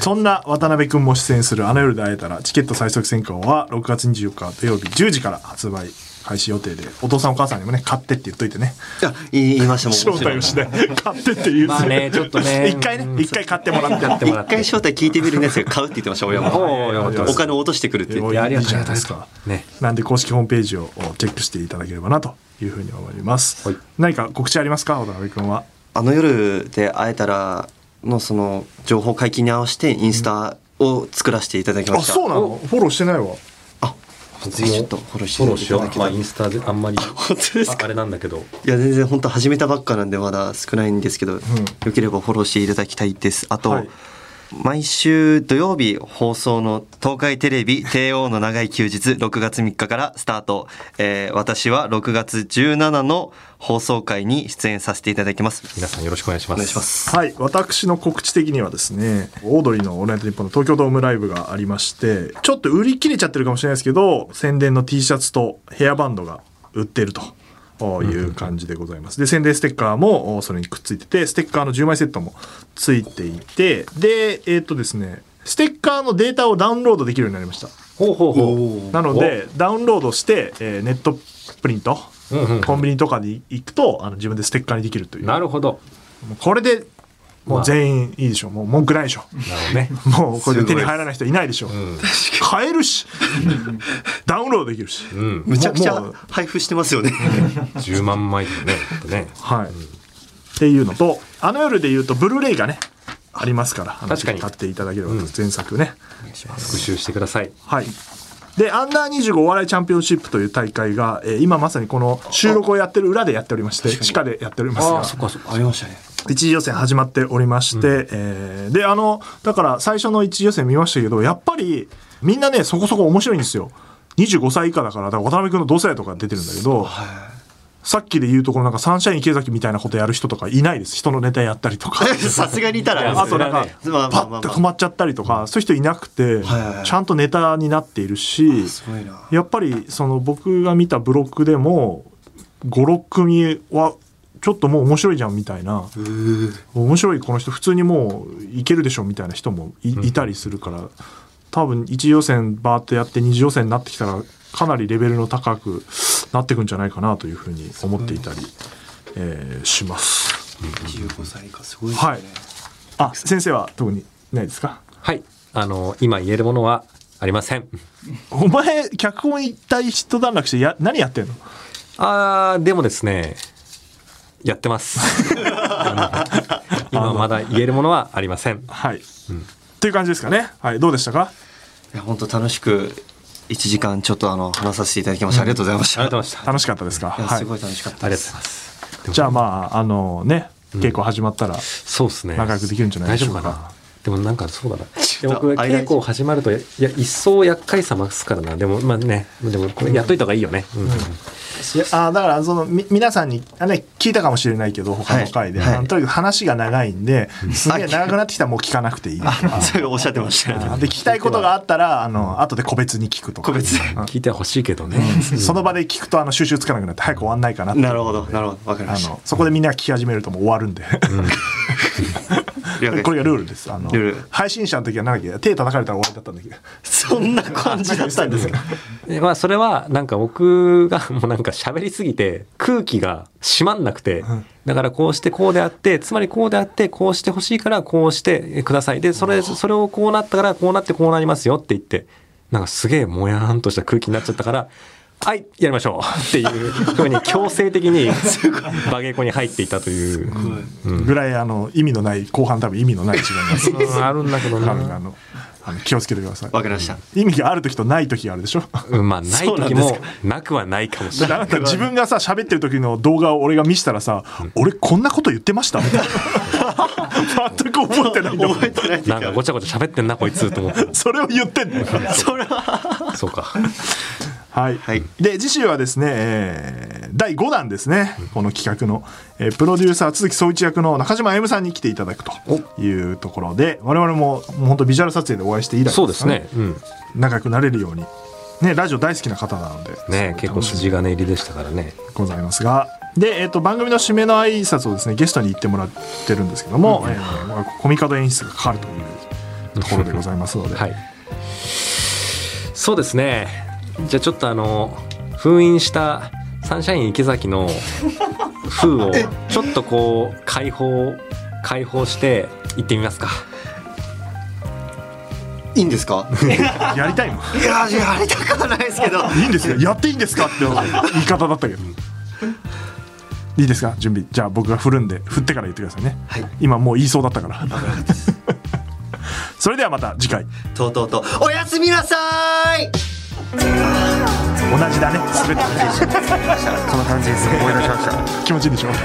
そんな渡辺君も出演する「あの夜で会えたら」チケット最速選考は6月24日土曜日10時から発売開始予定でお父さんお母さんにもね買ってって言っといてねいや言いましたもん招待をしない買ってって言うまあねちょっとね [LAUGHS] 一回ね一回買ってもらってやってもら一って回招待聞いてみるんですよ買うって言ってました親もおおよかったでおす金を落としてくるって言っいてやありがいというじごゃないいでざますすかねなんで公式ホームページをチェックしていただければなというふうに思います、はい何か告知ありますか渡辺君はあの夜で会えたらのその情報解禁に合わせてインスタを作らせていただきまあしたそうなのフォローしてないわあぜひちょっとフォローしてフォローしよいただうまけたあらインスタであんまり本当ですあかあれなんだけどいや全然本当始めたばっかなんでまだ少ないんですけど、よければフォローしていただきたいですあと、はい毎週土曜日放送の東海テレビ帝王の長い休日6月3日からスタート、えー私は6月17の放送回に出演させていただきます皆さんよろしくお願いしますお願いしますはい、私の告知的にはですね、オードリーのオールナイトニッポンの東京ドームライブがありまして、ちょっと売り切れちゃってるかもしれないですけど、宣伝の T シャツとヘアバンドが売ってると。いう感じでございます。で、宣伝ステッカーもおそれにくっついてて、ステッカーの10枚セットもついていて、で、えーっとですね、ステッカーのデータをダウンロードできるようになりました。ほうほうほうなのでダウンロードして、えーネットプリント、うんうんうんコンビニとかに行くとあの自分でステッカーにできるというなるほどもうこれでもう全員いいでしょもう文句ないでしょなるほどねもうこれで手に入らない人いないでしょん買えるしダウンロードできるし、うんむちゃくちゃもう配布してますよね10万枚だよねちょっとねはい、っていうのとあの夜で言うとブルーレイがねありますからあの確かに買っていただければと前作ね、復習してくださいはい。で、アンダー25お笑いチャンピオンシップという大会が、えー今まさにこの収録をやってる裏でやっておりまして、地下でやっておりますが、かそっか [LAUGHS] ありましたね一次予選始まっておりまして、えーで、あの、だから最初の一次予選見ましたけど、やっぱりみんなね、そこそこ面白いんですよ。25歳以下だから、だから渡辺君の同世代とか出てるんだけど、さっきで言うとこのなんかサンシャイン池崎みたいなことやる人とかいないです。人のネタやったりと [LAUGHS] か。 [LAUGHS] さすがにいたらあとなんか、まあまパあまッあと止まっちゃったりとか、そういう人いなくて、はいはいちゃんとネタになっているし、すごいなやっぱりその僕が見たブロックでも56組はちょっともう面白いじゃんみたいな面白いこの人普通にもういけるでしょみたいな人もいいたりするから多分一次予選バーってやって二次予選になってきたらかなりレベルの高くなってくんじゃないかなというふうに思っていたり、えーします。 25歳以下すごいですね、はい、あ先生は特にないですかはいあの今言えるものはありませんお前脚本一体一段落してや何やってんのあーでもですねやってます [LAUGHS] 今まだ言えるものはありませんはい、っていう感じですかね。はい、どうでしたか。いや本当楽しく一時間ちょっとあの話させていただきました、ありがとうございましたありがとうございましたあ楽しかったですか。いやはいすご。い楽しかったりがとうござでいす、ますじゃあ、まあ、あのね、稽古始まったら。そうですね仲良くできるんじゃないでしょうか大丈夫かなでもなんかそうだな [LAUGHS] でょっと僕間に稽古始まるとやいや一層厄介さ増すからなでもまあねでもこれやっといた方がいいよね、うんあ、だから、その、み、皆さんに、あ、ね、聞いたかもしれないけど、他の回で、はいはいあのとにかく話が長いんで。すげえ長くなってきたら、もう聞かなくていい。あそ [LAUGHS] れおっしゃってましたよねで、聞きたいことがあったら、あの、後で個別に聞くとか。個別で聞いてほしいけどね、その場で聞くと、あの、収集つかなくなって、早く終わんないかなって。なるほどなるほどわかりあましたのそこでみんなが聞き始めるともう終わるんで、了解です [LAUGHS] これがルールですあのルール配信者の時は何だっけ手叩かれたら終わりだったんだけどそんな感じだったんですかでまあそれはなんか僕が [LAUGHS] もうなんか喋りすぎて空気が締まんなくて、だからこうしてこうであってつまりこうであってこうしてほしいからこうしてくださいでそれそれをこうなったからこうなってこうなりますよって言ってなんかすげえもやーんとした空気になっちゃったから。 [LAUGHS] はい、やりましょう [LAUGHS] っていうふうに強制的にバゲコに入っていたという、ぐらいあの意味のない後半多分意味のない時間がうんあるんだけど多分あな、のあの気をつけてくださいわかりました意味がある時とない時があるでしょうん、まあないそうなん時ですもかなくはないかもしだれからあないなた自分がさ喋ってる時の動画を俺が見せたらさ「俺こんなこと言ってました」みたいな全く覚えてないんだもん覚えてない時なんあかるごちゃごちゃ喋ってんなこいつと思ってそれを言ってんのそうかはい、はいで次週はですね、えー第5弾ですねこの企画の、えープロデューサー都築総一役の中島歩夢さんに来ていただくというところで我々ももう本当ビジュアル撮影でお会いして以来そうですね。うん。仲良くなれるように、ね、ラジオ大好きな方なので、ね結構楽しみ筋金入りでしたからね。ございますが。で、えっと番組の締めの挨拶をですねゲストに言ってもらってるんですけども、えーまあコミカド演出がかかるというところでございますので、はい。そうですね。じゃあちょっとあの封印したサンシャイン池崎 [LAUGHS] の封をちょっとこう解放解放して行ってみますか。いいんですかやりたいのいやーやりたくはないですけどいいんですよやっていいんですかって言い方だったけどいいですか準備じゃあ僕が振るんで振ってから言ってくださいね、はい今もう言いそうだったから [LAUGHS] それではまた次回とうとうとおやすみなさーい同じだね滑ってるこの感じです思い出しました気持ちいいでしょなか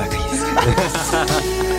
なかいいです